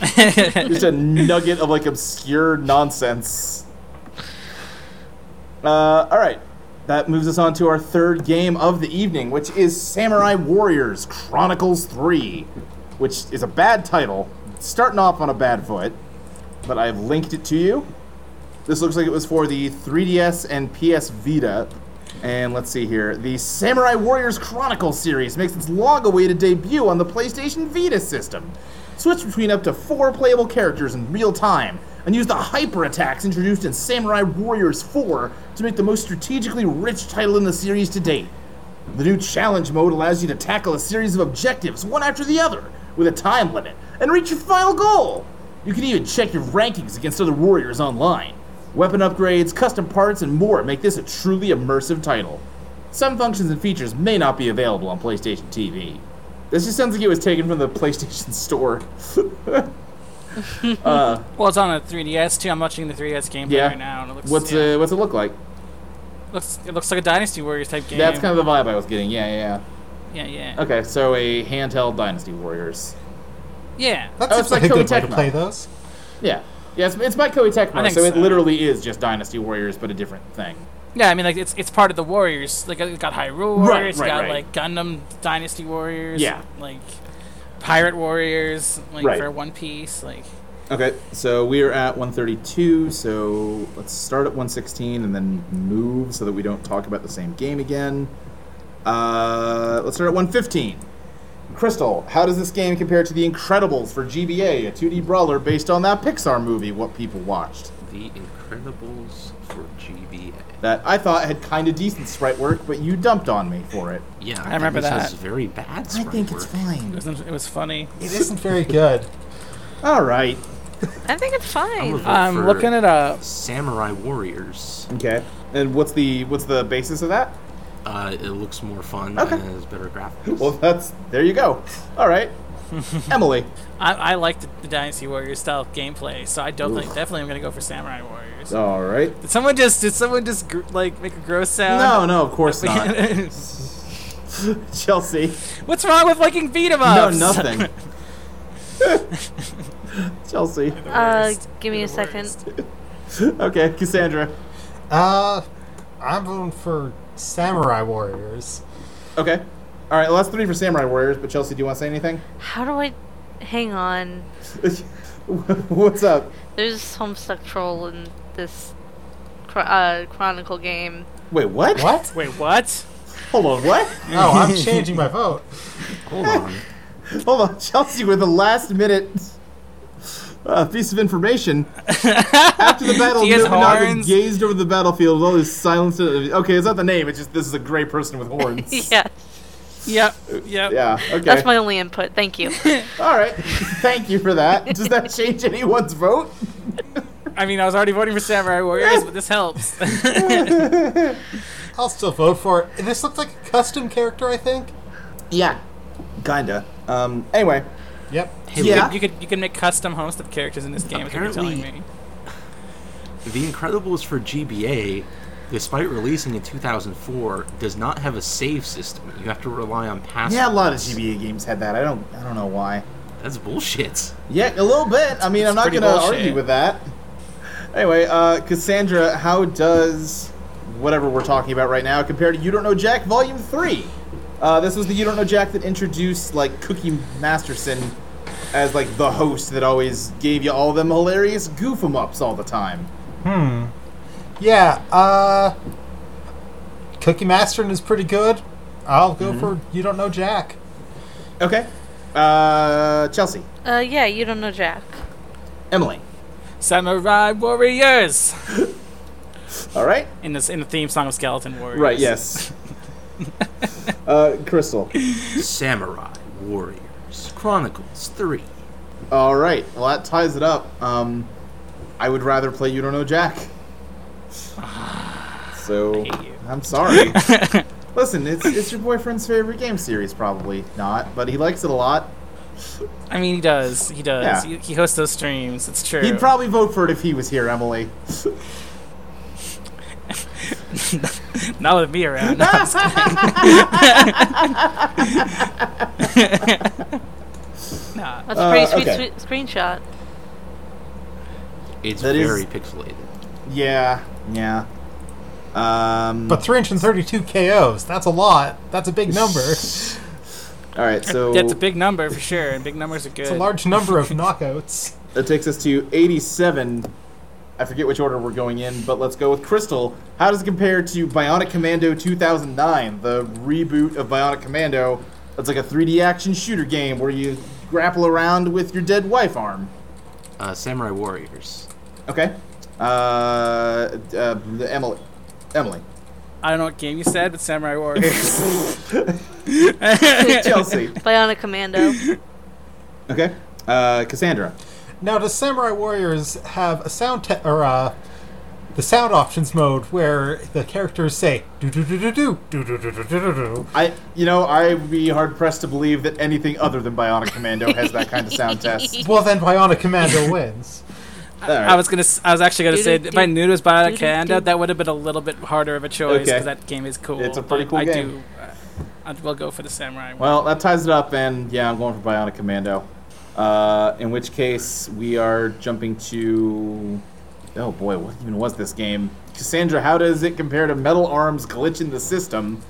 Speaker 2: just a nugget of like obscure nonsense. Uh, all right, that moves us on to our third game of the evening, which is Samurai Warriors Chronicles Three, which is a bad title, starting off on a bad foot, but I've linked it to you. This looks like it was for the 3DS and PS Vita. And let's see here. The Samurai Warriors Chronicles series makes its long awaited debut on the PlayStation Vita system. Switch between up to four playable characters in real time, and use the hyper attacks introduced in Samurai Warriors 4 to make the most strategically rich title in the series to date. The new challenge mode allows you to tackle a series of objectives, one after the other, with a time limit, and reach your final goal. You can even check your rankings against other warriors online. Weapon upgrades, custom parts, and more make this a truly immersive title. Some functions and features may not be available on PlayStation TV. This just sounds like it was taken from the PlayStation Store.
Speaker 4: well, it's on a 3ds too. I'm watching the 3ds gameplay
Speaker 2: yeah.
Speaker 4: right now, and it looks
Speaker 2: what's
Speaker 4: yeah,
Speaker 2: uh, what's it look like?
Speaker 4: looks it looks like a Dynasty Warriors type game.
Speaker 2: That's kind of the vibe I was getting. Yeah, yeah.
Speaker 4: yeah yeah
Speaker 2: yeah. Okay, so a handheld Dynasty Warriors.
Speaker 4: yeah.
Speaker 5: That
Speaker 2: Oh,
Speaker 5: seems
Speaker 2: it's
Speaker 5: like
Speaker 2: like
Speaker 5: a good
Speaker 2: Koei
Speaker 5: way to
Speaker 2: Tecmo.
Speaker 5: play those.
Speaker 2: Yeah. Yeah, it's, it's by Koei
Speaker 4: I
Speaker 2: Tecmo,
Speaker 4: think
Speaker 2: so, it
Speaker 4: so.
Speaker 2: literally is just Dynasty Warriors, but a different thing.
Speaker 4: Yeah, I mean, like it's it's part of the Warriors. Like it got Hyrule Warriors,
Speaker 2: right,
Speaker 4: it got
Speaker 2: right.
Speaker 4: like Gundam Dynasty Warriors,
Speaker 2: Yeah.
Speaker 4: like Pirate Warriors, like
Speaker 2: Right.
Speaker 4: for One Piece, like
Speaker 2: Okay, so we are at 132, so let's start at 116 and then move so that we don't talk about the same game again. Uh, let's start at 115. Crystal, how does this game compare to The Incredibles for GBA, a 2D brawler based on that Pixar movie, what people watched?
Speaker 6: The Incredibles for GBA.
Speaker 2: That I thought had kind of decent sprite work, but you dumped on me for it.
Speaker 6: Yeah,
Speaker 4: I remember
Speaker 6: this
Speaker 4: that.
Speaker 6: has very bad.
Speaker 2: I
Speaker 6: sprite
Speaker 2: think it's
Speaker 6: work.
Speaker 4: it
Speaker 2: fine.
Speaker 4: was it was funny.
Speaker 5: It isn't very good.
Speaker 2: All right.
Speaker 3: I think it's
Speaker 6: I'm, a
Speaker 3: fine.
Speaker 6: vote
Speaker 4: I'm
Speaker 6: for
Speaker 4: Um, looking it up.
Speaker 6: Samurai Warriors.
Speaker 2: Okay. And what's the what's the basis of that?
Speaker 6: Uh, it looks more fun and it has better graphics.
Speaker 2: Well, that's there you go. All right. Emily.
Speaker 4: I, I like the, the Dynasty Warriors style gameplay, so I don't think definitely I'm gonna go for Samurai Warriors.
Speaker 2: All right.
Speaker 4: Did someone just did someone just gr- like make a gross sound?
Speaker 2: No, no, of course not. Chelsea.
Speaker 4: What's wrong with liking beat 'em
Speaker 2: No,
Speaker 4: ups?
Speaker 2: nothing. Chelsea.
Speaker 3: Uh, give me a second.
Speaker 2: Okay, Cassandra.
Speaker 5: Uh, I'm voting for Samurai Warriors.
Speaker 2: Okay. All right, well, that's three for Samurai Warriors, but Chelsea, do you want to say anything?
Speaker 3: How do I? Hang on.
Speaker 2: What's up?
Speaker 3: There's Homestuck Troll in this chro- uh, Chronicle game.
Speaker 2: Wait, what?
Speaker 5: What?
Speaker 4: Wait, what?
Speaker 2: Hold on, what?
Speaker 5: Oh, I'm changing my vote.
Speaker 6: Hold on.
Speaker 2: Hold on, Chelsea with a last minute uh, piece of information. After the battle,
Speaker 4: She has
Speaker 2: Nobunaga
Speaker 4: horns.
Speaker 2: gazed over the battlefield with all his silence. Okay, it's not the name, it's just this is a gray person with horns.
Speaker 3: Yeah,
Speaker 4: Yep, yep.
Speaker 2: Yeah, okay.
Speaker 3: that's my only input. Thank you.
Speaker 2: all right, thank you for that. Does that change anyone's vote?
Speaker 4: I mean, I was already voting for Samurai Warriors, but this helps.
Speaker 5: I'll still vote for it. This looks like a custom character, I think.
Speaker 2: Yeah. Kinda. Um, anyway.
Speaker 5: Yep.
Speaker 2: yeah.
Speaker 4: you could you can make custom homestead characters in this game. Apparently, is what you're telling
Speaker 6: Apparently-
Speaker 4: me.
Speaker 6: The Incredibles for GBA, despite releasing in 2004, does not have a save system. You have to rely on past.
Speaker 2: yeah, a lot of GBA games had that. I don't. I don't know why.
Speaker 6: That's bullshit.
Speaker 2: Yeah, a little bit. I mean, I'm not
Speaker 4: pretty
Speaker 2: going to
Speaker 4: bullshit.
Speaker 2: argue with that. Anyway, uh, Cassandra, how does whatever we're talking about right now compare to You Don't Know Jack Volume 3? Uh, this was the You Don't Know Jack that introduced, like, Cookie Masterson as, like, the host that always gave you all them hilarious goof em ups all the time.
Speaker 5: Yeah, uh. Cookie Masterin is pretty good. I'll go for You Don't Know Jack.
Speaker 2: Okay. Uh, Chelsea.
Speaker 3: Uh, yeah, you don't know Jack.
Speaker 2: Emily.
Speaker 4: Samurai Warriors
Speaker 2: All right.
Speaker 4: in this in the theme song of Skeleton Warriors.
Speaker 2: Right, yes. uh, Crystal.
Speaker 6: Samurai Warriors Chronicles 3.
Speaker 2: All right. Well, that ties it up. Um, I would rather play You Don't Know Jack. So
Speaker 4: hate you.
Speaker 2: I'm sorry. Listen, it's it's your boyfriend's favorite game series, probably not, but he likes it a lot.
Speaker 4: I mean, he does. He does.
Speaker 2: Yeah.
Speaker 4: He, he hosts those streams. It's true.
Speaker 2: He'd probably vote for it if he was here, Emily.
Speaker 4: Not with me around. No, I'm just kidding. nah.
Speaker 3: That's
Speaker 2: Uh,
Speaker 3: a pretty sweet,
Speaker 2: okay.
Speaker 3: sweet screenshot.
Speaker 6: It's
Speaker 2: That is-
Speaker 6: very pixelated.
Speaker 2: yeah, yeah. Um,
Speaker 5: But 332 KOs, that's a lot. That's a big number. it's
Speaker 2: all right, so
Speaker 4: That's a big number for sure, and big numbers are good.
Speaker 5: a large number of knockouts.
Speaker 2: that takes us to 87. I forget which order we're going in, but let's go with Crystal. How does it compare to Bionic Commando 2009, the reboot of Bionic Commando? It's like a 3D action shooter game where you grapple around with your dead wife arm.
Speaker 6: Uh, Samurai Warriors.
Speaker 2: Okay. Uh, uh Emily. Emily.
Speaker 4: I don't know what game you said, but Samurai Warriors.
Speaker 2: Chelsea.
Speaker 3: Bionic Commando.
Speaker 2: Okay. Uh, Cassandra.
Speaker 5: Now, does Samurai Warriors have a sound te- or uh, the sound options mode where the characters say do do do do do do do do do do do?
Speaker 2: I, you know, I'd be hard pressed to believe that anything other than Bionic Commando has that kind of sound test.
Speaker 5: Well, then Bionic Commando wins.
Speaker 2: All right.
Speaker 4: I was gonna. s- I was actually gonna say
Speaker 3: Doo-doo-doo.
Speaker 4: if I knew it was Bionic
Speaker 3: Doo-doo-doo.
Speaker 4: Canada, that would have been a little bit harder of a choice
Speaker 2: Okay.
Speaker 4: because that game is cool.
Speaker 2: It's a pretty
Speaker 4: but
Speaker 2: cool
Speaker 4: I
Speaker 2: game.
Speaker 4: do. uh, I, I will go for the Samurai.
Speaker 2: Well, that ties it up, and yeah, I'm going for Bionic Commando. Uh, in which case, we are jumping to. Oh boy, what even was this game? Cassandra, how does it compare to Metal Arms Glitch in the System?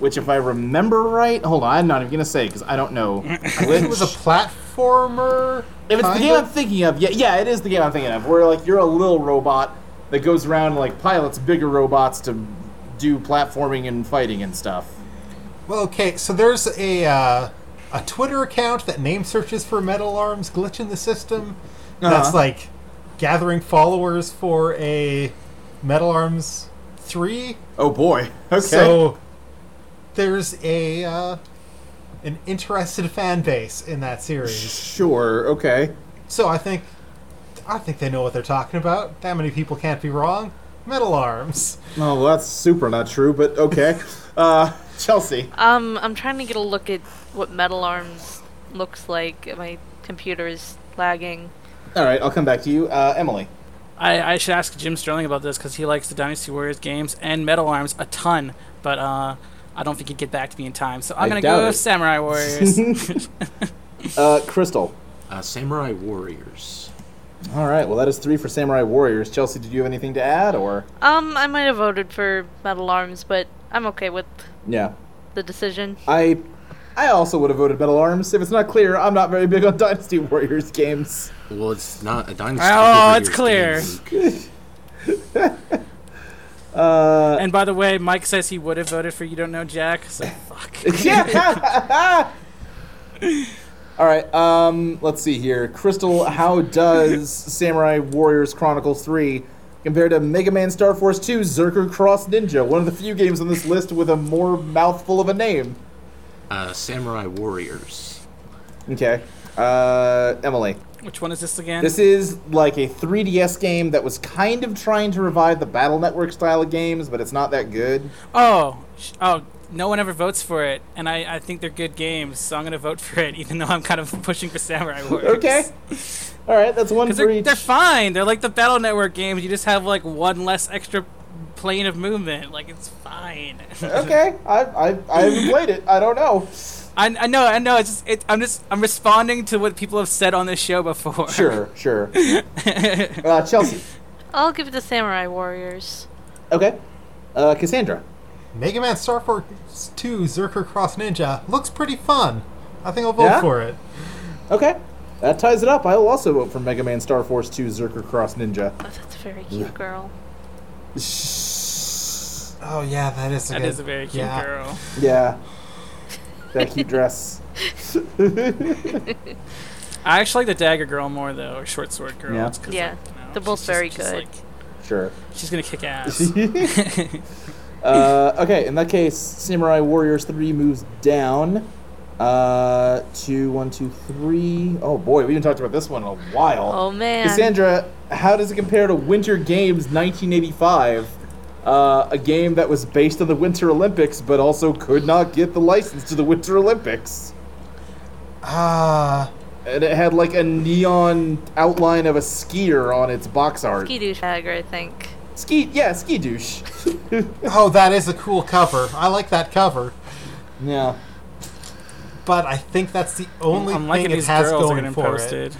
Speaker 2: Which, if I remember right, hold on, I'm not even gonna say because I don't know. Glitch.
Speaker 5: It was a platformer.
Speaker 2: If it's the
Speaker 5: kind
Speaker 2: game I'm
Speaker 5: of?
Speaker 2: thinking of, yeah, yeah, it is the game I'm thinking of. Where like you're a little robot that goes around and like pilots bigger robots to do platforming and fighting and stuff.
Speaker 5: Well, okay, so there's a uh, a Twitter account that name searches for metal arms glitch in the system. That's
Speaker 2: Uh-huh.
Speaker 5: like gathering followers for a metal arms three.
Speaker 2: Oh boy. Okay.
Speaker 5: So there's a uh, an interested fan base in that series.
Speaker 2: sure. Okay.
Speaker 5: So I think I think they know what they're talking about. That many people can't be wrong. Metal arms.
Speaker 2: Oh, well, that's super not true, but okay. Uh, Chelsea.
Speaker 3: Um, I'm trying to get a look at what Metal Arms looks like. My computer is lagging.
Speaker 2: All right, I'll come back to you, uh, Emily.
Speaker 4: I, I should ask Jim Sterling about this because he likes the Dynasty Warriors games and Metal Arms a ton, but uh, I don't think he'd get back to me in time. So I'm
Speaker 2: I
Speaker 4: gonna
Speaker 2: doubt
Speaker 4: go
Speaker 2: it.
Speaker 4: Samurai Warriors.
Speaker 2: Uh, Crystal.
Speaker 6: Uh, Samurai Warriors.
Speaker 2: All right, well, that is three for Samurai Warriors. Chelsea, did you have anything to add, or
Speaker 3: Um, I might have voted for Metal Arms, but I'm okay with
Speaker 2: yeah?
Speaker 3: the decision.
Speaker 2: I, I also would have voted Metal Arms. If it's not clear, I'm not very big on Dynasty Warriors games.
Speaker 6: Well, it's not a dynasty.
Speaker 4: Oh, it's
Speaker 6: Warriors game.
Speaker 2: Uh,
Speaker 4: and by the way, Mike says he would have voted for You Don't Know Jack. So fuck.
Speaker 2: yeah. All right. Um, let's see here, Crystal. How does Samurai Warriors Chronicles Three compare to Mega Man Star Force Two: Zerker Cross Ninja? One of the few games on this list with a more mouthful of a name.
Speaker 6: Uh, Samurai Warriors.
Speaker 2: Okay. Uh, Emily.
Speaker 4: Which one is this again?
Speaker 2: This is like a 3DS game that was kind of trying to revive the Battle Network style of games, but it's not that good.
Speaker 4: oh, sh- oh, no one ever votes for it, and I, I think they're good games, so I'm gonna vote for it, even though I'm kind of pushing for Samurai Warriors.
Speaker 2: Okay. All right, that's one
Speaker 4: Because
Speaker 2: for
Speaker 4: they're,
Speaker 2: each.
Speaker 4: they're fine. They're like the Battle Network games. You just have like one less extra plane of movement. Like it's fine.
Speaker 2: okay, I, I, I haven't played it. I don't know.
Speaker 4: I, I know, I know. It's just, it, I'm just, I'm responding to what people have said on this show before.
Speaker 2: Sure, sure. Uh, Chelsea.
Speaker 3: I'll give it to Samurai Warriors.
Speaker 2: Okay. Uh, Cassandra.
Speaker 5: Mega Man Star Force 2 Zerker Cross Ninja looks pretty fun. I think I'll vote
Speaker 2: Yeah?
Speaker 5: for it.
Speaker 2: Okay. That ties it up. I will also vote for Mega Man Star Force 2 Zerker Cross Ninja.
Speaker 3: Oh, that's a very cute girl.
Speaker 5: Oh yeah, that is a
Speaker 4: That
Speaker 5: good-
Speaker 4: is a very cute
Speaker 5: yeah.
Speaker 4: girl.
Speaker 2: Yeah. That cute dress.
Speaker 4: I actually like the dagger girl more though, or short sword girl.
Speaker 2: Yeah.
Speaker 4: It's 'cause, you
Speaker 3: Yeah.
Speaker 4: know,
Speaker 3: They're both
Speaker 4: she's
Speaker 3: very
Speaker 4: just- she's,
Speaker 3: good.
Speaker 4: like-
Speaker 2: Sure.
Speaker 4: she's gonna kick ass.
Speaker 2: uh, okay, in that case, Samurai Warriors 3 moves down. Uh, two, one, two, three. Oh boy, we haven't talked about this one in a while.
Speaker 3: Oh man.
Speaker 2: Cassandra, how does it compare to Winter Games 1985? Uh, a game that was based on the Winter Olympics, but also could not get the license to the Winter Olympics.
Speaker 5: Ah,
Speaker 2: And it had like a neon outline of a skier on its box art.
Speaker 3: Ski douchebag, I think.
Speaker 2: Ski yeah, ski douche.
Speaker 5: oh, that is a cool cover. I like that cover,
Speaker 2: yeah.
Speaker 5: but I think that's the only
Speaker 4: I'm
Speaker 5: thing
Speaker 4: liking
Speaker 5: it
Speaker 4: these
Speaker 5: has
Speaker 4: girls are
Speaker 5: going
Speaker 4: getting
Speaker 5: for it.
Speaker 4: posted.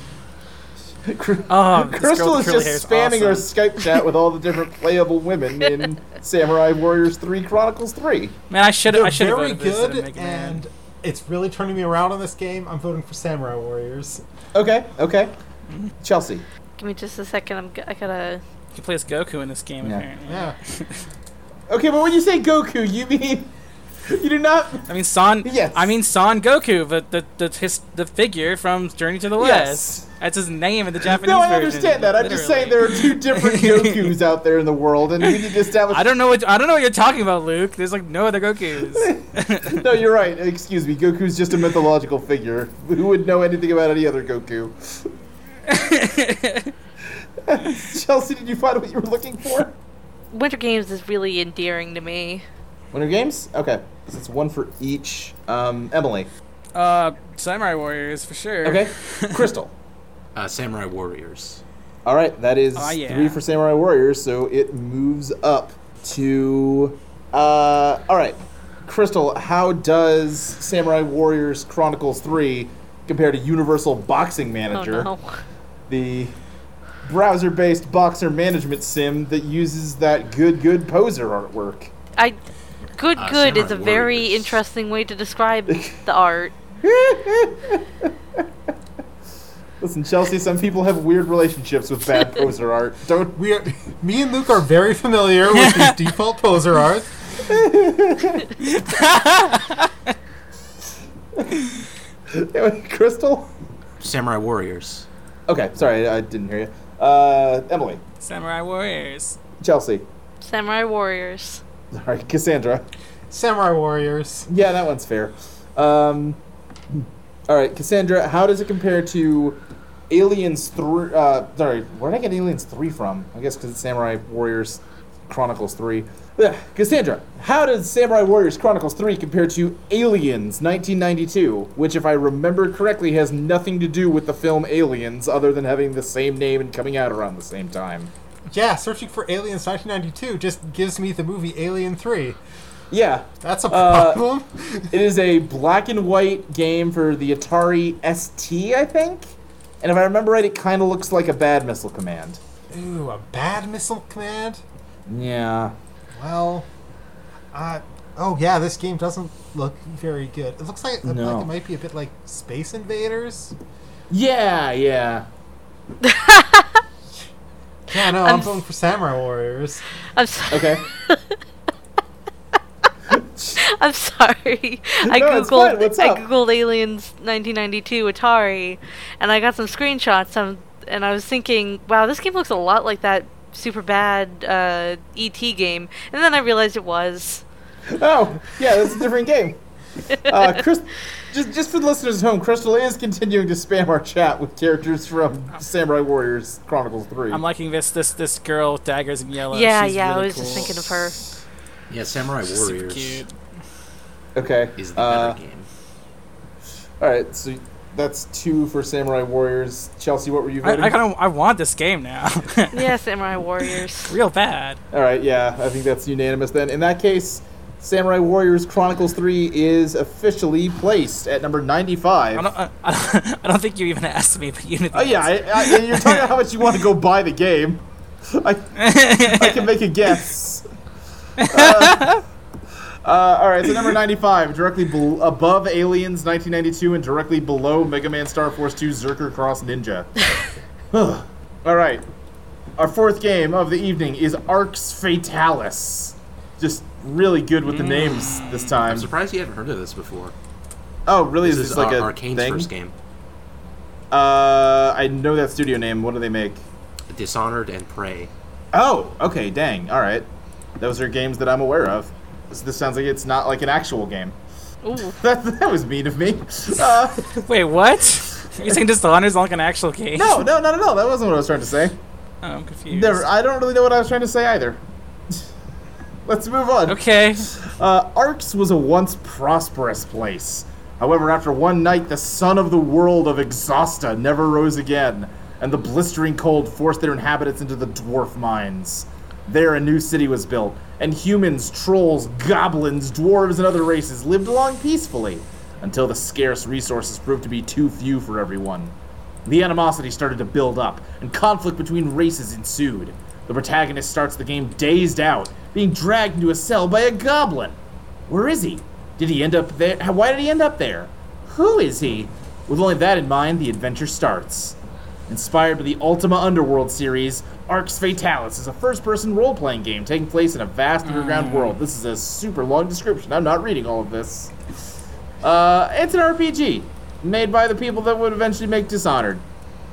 Speaker 4: Oh, this girl
Speaker 2: Crystal
Speaker 4: with
Speaker 2: is
Speaker 4: curly
Speaker 2: just
Speaker 4: hair is
Speaker 2: spamming her
Speaker 4: awesome.
Speaker 2: Skype chat with all the different playable women in Samurai Warriors 3 Chronicles 3.
Speaker 4: Man, I should,
Speaker 5: They're
Speaker 4: I should have
Speaker 5: very
Speaker 4: voted for this instead of
Speaker 5: good,
Speaker 4: Mega Man.
Speaker 5: and it's really turning me around on this game. I'm voting for Samurai Warriors.
Speaker 2: Okay, okay. Chelsea.
Speaker 3: Give me just a second. I'm. g- I gotta.
Speaker 4: He plays Goku in this game
Speaker 2: Yeah.
Speaker 4: apparently.
Speaker 5: Yeah,
Speaker 2: Okay, but when you say Goku, you mean you do not
Speaker 4: I mean Son.
Speaker 2: Yes.
Speaker 4: I mean Son Goku, but the the his, the figure from Journey to the West.
Speaker 2: Yes.
Speaker 4: That's his name in the Japanese
Speaker 2: No, I
Speaker 4: version,
Speaker 2: understand that. I'm just saying
Speaker 4: literally.
Speaker 2: there are two different Gokus out there in the world and we need to establish
Speaker 4: I don't know what I don't know what you're talking about, Luke. There's like no other Goku's.
Speaker 2: No, you're right. Excuse me. Goku's just a mythological figure. Who would know anything about any other Goku? Chelsea, did you find what you were looking for?
Speaker 3: Winter Games is really endearing to me.
Speaker 2: Winter Games? Okay. So it's one for each. Um, Emily.
Speaker 4: Uh, Samurai Warriors for sure.
Speaker 2: Okay. Crystal.
Speaker 6: Uh, Samurai Warriors.
Speaker 2: All right. That is
Speaker 3: Ah,
Speaker 4: Aw, yeah.
Speaker 2: three for Samurai Warriors, so it moves up to. Uh, all right. Crystal, how does Samurai Warriors Chronicles 3 compare to Universal Boxing Manager?
Speaker 3: Oh no.
Speaker 2: The browser based boxer management sim that uses that good, good poser artwork.
Speaker 3: I. Good,
Speaker 6: Uh,
Speaker 3: good is a
Speaker 6: Samurai
Speaker 3: very
Speaker 6: Warriors.
Speaker 3: interesting way to describe the art.
Speaker 2: Listen, Chelsea, some people have weird relationships with bad poser art. Don't
Speaker 5: we are. Me and Luke are very familiar with these default poser art.
Speaker 2: Crystal?
Speaker 6: Samurai Warriors.
Speaker 2: Okay, sorry, I I didn't hear you. Uh, Emily,
Speaker 4: Samurai Warriors.
Speaker 2: Chelsea,
Speaker 3: Samurai Warriors.
Speaker 2: all right, Cassandra.
Speaker 5: Samurai Warriors.
Speaker 2: Yeah, that one's fair. Um, all right, Cassandra, how does it compare to Aliens Three? Uh, sorry, where did I get Aliens Three from? I guess because it's Samurai Warriors Chronicles 3. Ugh, Cassandra, how does Samurai Warriors Chronicles 3 compare to Aliens 1992, which, if I remember correctly, has nothing to do with the film Aliens other than having the same name and coming out around the same time?
Speaker 5: Yeah, searching for Aliens 1992 just gives me the movie Alien 3.
Speaker 2: Yeah,
Speaker 5: That's a
Speaker 2: Uh,
Speaker 5: problem.
Speaker 2: It is a black and white game for the Atari ST, I think. And if I remember right, it kind of looks like a bad missile command.
Speaker 5: Ooh, a bad missile command?
Speaker 2: Yeah.
Speaker 5: Well, uh, oh yeah, this game doesn't look very good. It looks like,
Speaker 2: No.
Speaker 5: like it might be a bit like Space Invaders.
Speaker 2: Yeah, yeah.
Speaker 5: Yeah, no, I'm, going for Samurai Warriors.
Speaker 3: I'm so-
Speaker 2: Okay.
Speaker 3: I'm sorry. I
Speaker 2: No, it's fine.
Speaker 3: googled
Speaker 2: What's
Speaker 3: I
Speaker 2: up?
Speaker 3: googled Aliens 1992 Atari, and I got some screenshots. Um, and I was thinking, wow, this game looks a lot like that super bad uh, ET game. And then I realized it was.
Speaker 2: oh, yeah, that's a different game. Uh, Chris, just, just for the listeners at home, Crystal is continuing to spam our chat with characters from Samurai Warriors Chronicles 3.
Speaker 4: I'm liking this this this girl with daggers and yellow.
Speaker 3: yeah,
Speaker 4: She's
Speaker 3: yeah.
Speaker 4: really
Speaker 3: I was
Speaker 4: cool.
Speaker 3: just thinking of her.
Speaker 6: Yeah, Samurai
Speaker 4: She's super
Speaker 6: Warriors
Speaker 4: cute.
Speaker 2: okay.
Speaker 6: is the
Speaker 2: uh,
Speaker 6: better game.
Speaker 2: All right, so that's two for Samurai Warriors. Chelsea, what were you
Speaker 4: I,
Speaker 2: voting?
Speaker 4: I kind of I want this game now.
Speaker 3: Yeah, Samurai Warriors.
Speaker 4: Real bad.
Speaker 2: All right, yeah, I think that's unanimous then. In that case, Samurai Warriors Chronicles 3 is officially placed at number
Speaker 4: I
Speaker 2: 95.
Speaker 4: don't, I, I don't, I don't think you even asked me, but you know.
Speaker 2: Oh, yeah, I, I, and you're talking about how much you want to go buy the game. I, I can make a guess. Uh, uh, all right, so number 95, directly bel above Aliens 1992 and directly below Mega Man Star Force 2 Zerker Cross Ninja. all right, our fourth game of the evening is Arx Fatalis. Just really good with the
Speaker 6: Mm.
Speaker 2: names this time.
Speaker 6: I'm surprised you haven't heard of this before.
Speaker 2: Oh, really?
Speaker 6: This
Speaker 2: Is
Speaker 6: is
Speaker 2: this like
Speaker 6: uh,
Speaker 2: a
Speaker 6: Arcane's
Speaker 2: thing?
Speaker 6: first game.
Speaker 2: Uh, I know that studio name. What do they make?
Speaker 6: Dishonored and Prey.
Speaker 2: Oh, okay, dang. All right. Those are games that I'm aware of. This, this sounds like it's not like an actual game.
Speaker 3: Ooh.
Speaker 2: That, that was mean of me. Uh,
Speaker 4: Wait, what? You're saying Dishonored's not like an actual game?
Speaker 2: no, no, not at all. That wasn't what I was trying to say.
Speaker 4: Oh, I'm confused.
Speaker 2: Never, I don't really know what I was trying to say either. Let's move on.
Speaker 4: okay.
Speaker 2: Uh, Arx was a once prosperous place. However, after one night, the sun of the world of Exhausta never rose again, and the blistering cold forced their inhabitants into the dwarf mines. There, a new city was built, and humans, trolls, goblins, dwarves, and other races lived along peacefully, until the scarce resources proved to be too few for everyone. The animosity started to build up, and conflict between races ensued. The protagonist starts the game dazed out, being dragged into a cell by a goblin. Where is he? Did he end up there? Why did he end up there? Who is he? With only that in mind, the adventure starts. Inspired by the Ultima Underworld series, Arx Fatalis is a first person role playing game taking place in a vast underground world. This is a super long description. I'm not reading all of this. Uh, it's an RPG made by the people that would eventually make Dishonored.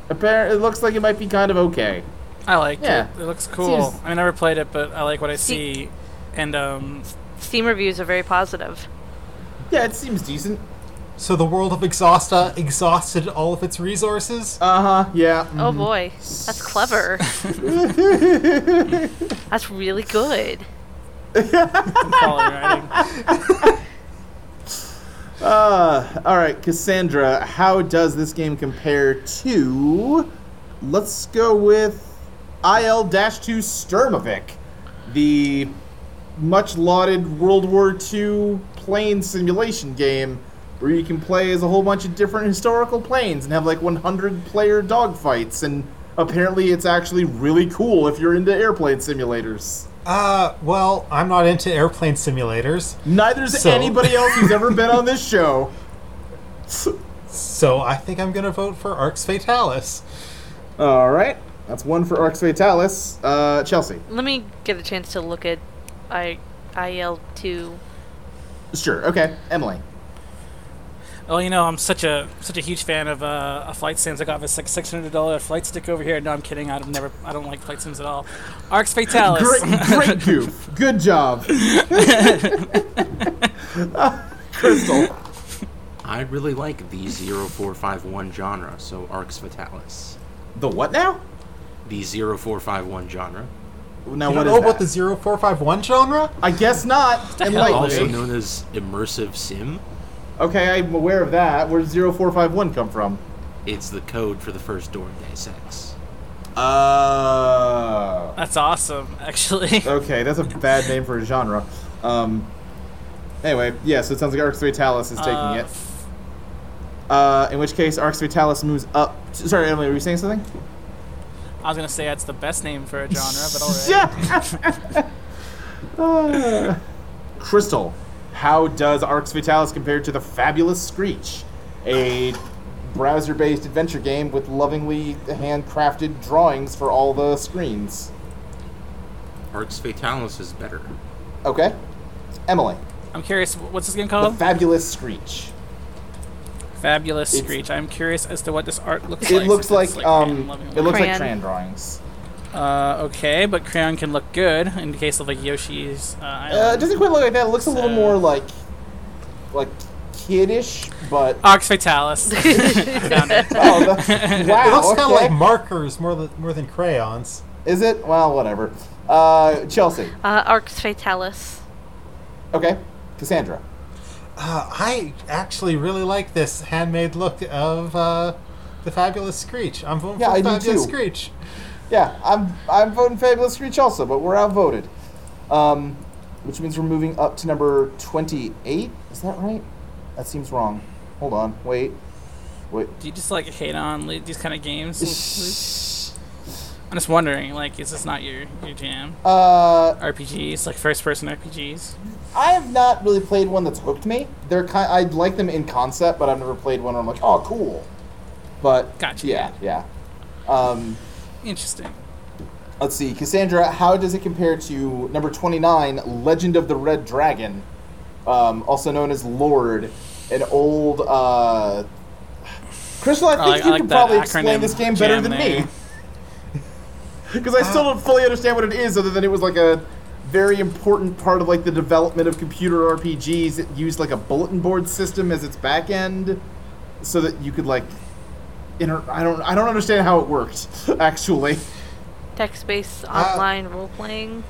Speaker 2: Appar- it looks like it might be kind of okay.
Speaker 4: I like
Speaker 2: Yeah.
Speaker 4: it. It looks cool.
Speaker 2: Seems-
Speaker 4: I never played it, but I like what I
Speaker 3: See-
Speaker 4: see. And um,
Speaker 3: Steam reviews are very positive.
Speaker 2: Yeah, it seems decent.
Speaker 5: So the world of Exhausta exhausted all of its resources.
Speaker 2: Uh huh. Yeah.
Speaker 3: Oh boy, that's clever. that's really good.
Speaker 4: I'm following writing.
Speaker 2: Uh, all right, Cassandra. How does this game compare to? Let's go with IL-2 Sturmovik, the much lauded World War II plane simulation game where you can play as a whole bunch of different historical planes and have like 100 player dogfights and apparently it's actually really cool if you're into airplane simulators.
Speaker 5: Uh, well, I'm not into airplane simulators,
Speaker 2: Neither's
Speaker 5: So-
Speaker 2: anybody else who's ever been on this show.
Speaker 5: so I think I'm gonna vote for Arx Fatalis.
Speaker 2: All right. That's one for Arx Fatalis. Uh, Chelsea.
Speaker 3: Let me get a chance to look at I IL two.
Speaker 2: Sure. Okay. Emily.
Speaker 4: Well, you know, I'm such a such a huge fan of uh, a flight sims. I got this like $600 flight stick over here. No, I'm kidding. I've never. I don't like flight sims at all. Arx Fatalis.
Speaker 2: Great, great goof. Good job. Crystal.
Speaker 6: I really like the 0451 genre, so Arx Fatalis.
Speaker 2: The what now?
Speaker 6: The 0451 genre.
Speaker 2: Now
Speaker 5: You
Speaker 2: what
Speaker 5: don't
Speaker 2: is
Speaker 5: know about the
Speaker 2: that?
Speaker 5: 0451 genre?
Speaker 2: I guess not. Enlighten
Speaker 6: also
Speaker 2: me.
Speaker 6: known as immersive sim.
Speaker 2: Okay, I'm aware of that. Where does 0451 come from?
Speaker 6: It's the code for the first Door of Deus Ex.
Speaker 2: Uh.
Speaker 4: That's awesome, actually.
Speaker 2: Okay, that's a bad name for a genre. Um. Anyway, yeah, so it sounds like Arx Vitalis is taking
Speaker 4: Uh,
Speaker 2: it. Uh, in which case, Arx Vitalis moves up. Sorry, Emily, were you saying something?
Speaker 4: I was gonna say that's the best name for a genre, but alright.
Speaker 2: Uh, Crystal, how does Arx Vitalis compare to the fabulous Screech, a browser-based adventure game with lovingly handcrafted drawings for all the screens?
Speaker 6: Arx Fatalis is better.
Speaker 2: Okay, Emily,
Speaker 4: I'm curious, wh- what's this game
Speaker 2: the
Speaker 4: called?
Speaker 2: fabulous Screech.
Speaker 4: Fabulous
Speaker 2: It's-
Speaker 4: Screech. I'm curious as to what this art looks like.
Speaker 2: It looks
Speaker 4: since it's
Speaker 2: like um,
Speaker 4: crayon
Speaker 2: it looks like
Speaker 3: Crayon.
Speaker 2: crayon drawings.
Speaker 5: Um,
Speaker 4: Uh, okay, but crayon can look good in the case of like Yoshi's uh,
Speaker 2: Uh, it
Speaker 4: Island.
Speaker 2: doesn't quite look like that. It looks a little
Speaker 4: So-
Speaker 2: more like, like kiddish, but
Speaker 4: Ox Fatalis. I found it.
Speaker 2: oh, that, wow,
Speaker 5: It looks kind
Speaker 2: okay.
Speaker 5: of like markers more than, more than crayons.
Speaker 2: Is it? Well, whatever. Uh, Chelsea.
Speaker 3: Uh, Arx Fatalis.
Speaker 2: Okay. Cassandra.
Speaker 5: Uh, I actually really like this handmade look of uh, the fabulous Screech. I'm voting
Speaker 2: Yeah,
Speaker 5: for
Speaker 2: I do
Speaker 5: fabulous
Speaker 2: too.
Speaker 5: Screech.
Speaker 2: Yeah, I'm I'm voting Fabulous Screech also, but we're outvoted. Um, which means we're moving up to number twenty-eight. Is that right? That seems wrong. Hold on. Wait. Wait.
Speaker 4: Do you just like hate on li- these kind of games? I'm just wondering, like, is this not your your jam?
Speaker 2: Uh,
Speaker 4: RPGs, like first person RPGs.
Speaker 2: I have not really played one that's hooked me. They're kind. I like them in concept, but I've never played one where I'm like, oh, cool. But
Speaker 4: Gotcha.
Speaker 2: Yeah, yeah. Um,
Speaker 4: Interesting.
Speaker 2: let's see, Cassandra. How does it compare to number twenty-nine, Legend of the Red Dragon, um, also known as Lord, an old? Uh... Crystal, I think
Speaker 4: I like- I
Speaker 2: you
Speaker 4: like
Speaker 2: can
Speaker 4: that
Speaker 2: probably explain
Speaker 4: acronym
Speaker 2: this game better
Speaker 4: jam
Speaker 2: than me.
Speaker 4: there.
Speaker 2: Because I still don't fully understand what it is, other than it was like a very important part of like the development of computer RPGs. It used like a bulletin board system as its back end, so that you could like, inter- I don't, I don't understand how it worked. Actually,
Speaker 3: Text based online role playing.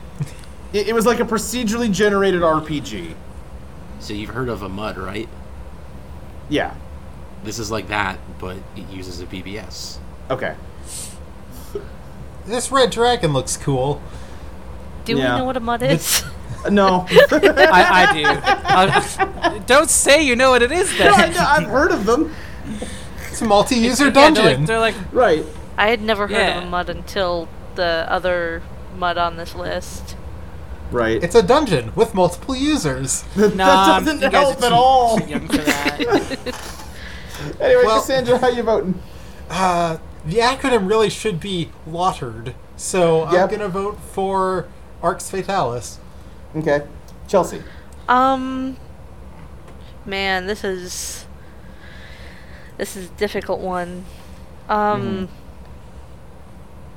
Speaker 2: it, it was like a procedurally generated RPG.
Speaker 6: So you've heard of a MUD, right?
Speaker 2: Yeah.
Speaker 6: This is like that, but it uses a BBS.
Speaker 2: Okay.
Speaker 5: This red dragon looks cool.
Speaker 3: Do
Speaker 2: Yeah.
Speaker 3: we know what a mud is?
Speaker 2: Uh, No.
Speaker 4: I, I do. I'll- don't say you know what it is then.
Speaker 2: I know, I've heard of them.
Speaker 5: It's a multi-user
Speaker 4: Yeah,
Speaker 5: dungeon.
Speaker 4: they're like, they're like
Speaker 2: Right.
Speaker 3: I had never heard of
Speaker 4: Yeah.
Speaker 3: a mud until the other mud on this list.
Speaker 2: Right.
Speaker 5: it's a dungeon with multiple users.
Speaker 4: nah,
Speaker 2: doesn't
Speaker 4: you guys are
Speaker 2: help at
Speaker 4: too-
Speaker 2: all.
Speaker 4: Too young for that.
Speaker 2: anyway,
Speaker 5: well-
Speaker 2: Cassandra, how you voting?
Speaker 5: Uh, the acronym really should be LOTTERED, so
Speaker 2: Yep.
Speaker 5: I'm gonna vote for Arx Fatalis.
Speaker 2: Okay. Chelsea.
Speaker 3: Um, man, this is this is a difficult one. Um,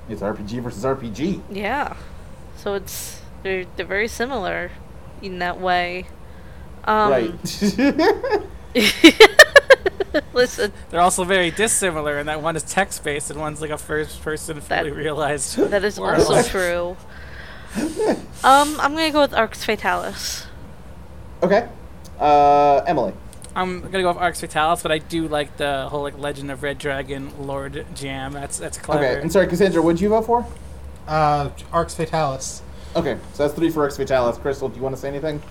Speaker 2: It's RPG versus RPG.
Speaker 3: yeah. So it's they're they're very similar in that way. Um,
Speaker 2: right.
Speaker 3: Listen,
Speaker 4: They're also very dissimilar in that one is text based and one's like a first person fully
Speaker 3: That-
Speaker 4: realized.
Speaker 3: that is
Speaker 4: world.
Speaker 3: also true. Um, I'm gonna go with Arx Fatalis.
Speaker 2: okay. Uh, Emily.
Speaker 4: I'm gonna go with Arx Fatalis, but I do like the whole like Legend of Red Dragon Lord jam. That's that's clever.
Speaker 2: Okay, and sorry, Cassandra, what'd you vote for?
Speaker 5: Uh, Arx Fatalis.
Speaker 2: Okay, so that's three for X Vitalis. Crystal, do you want to say anything?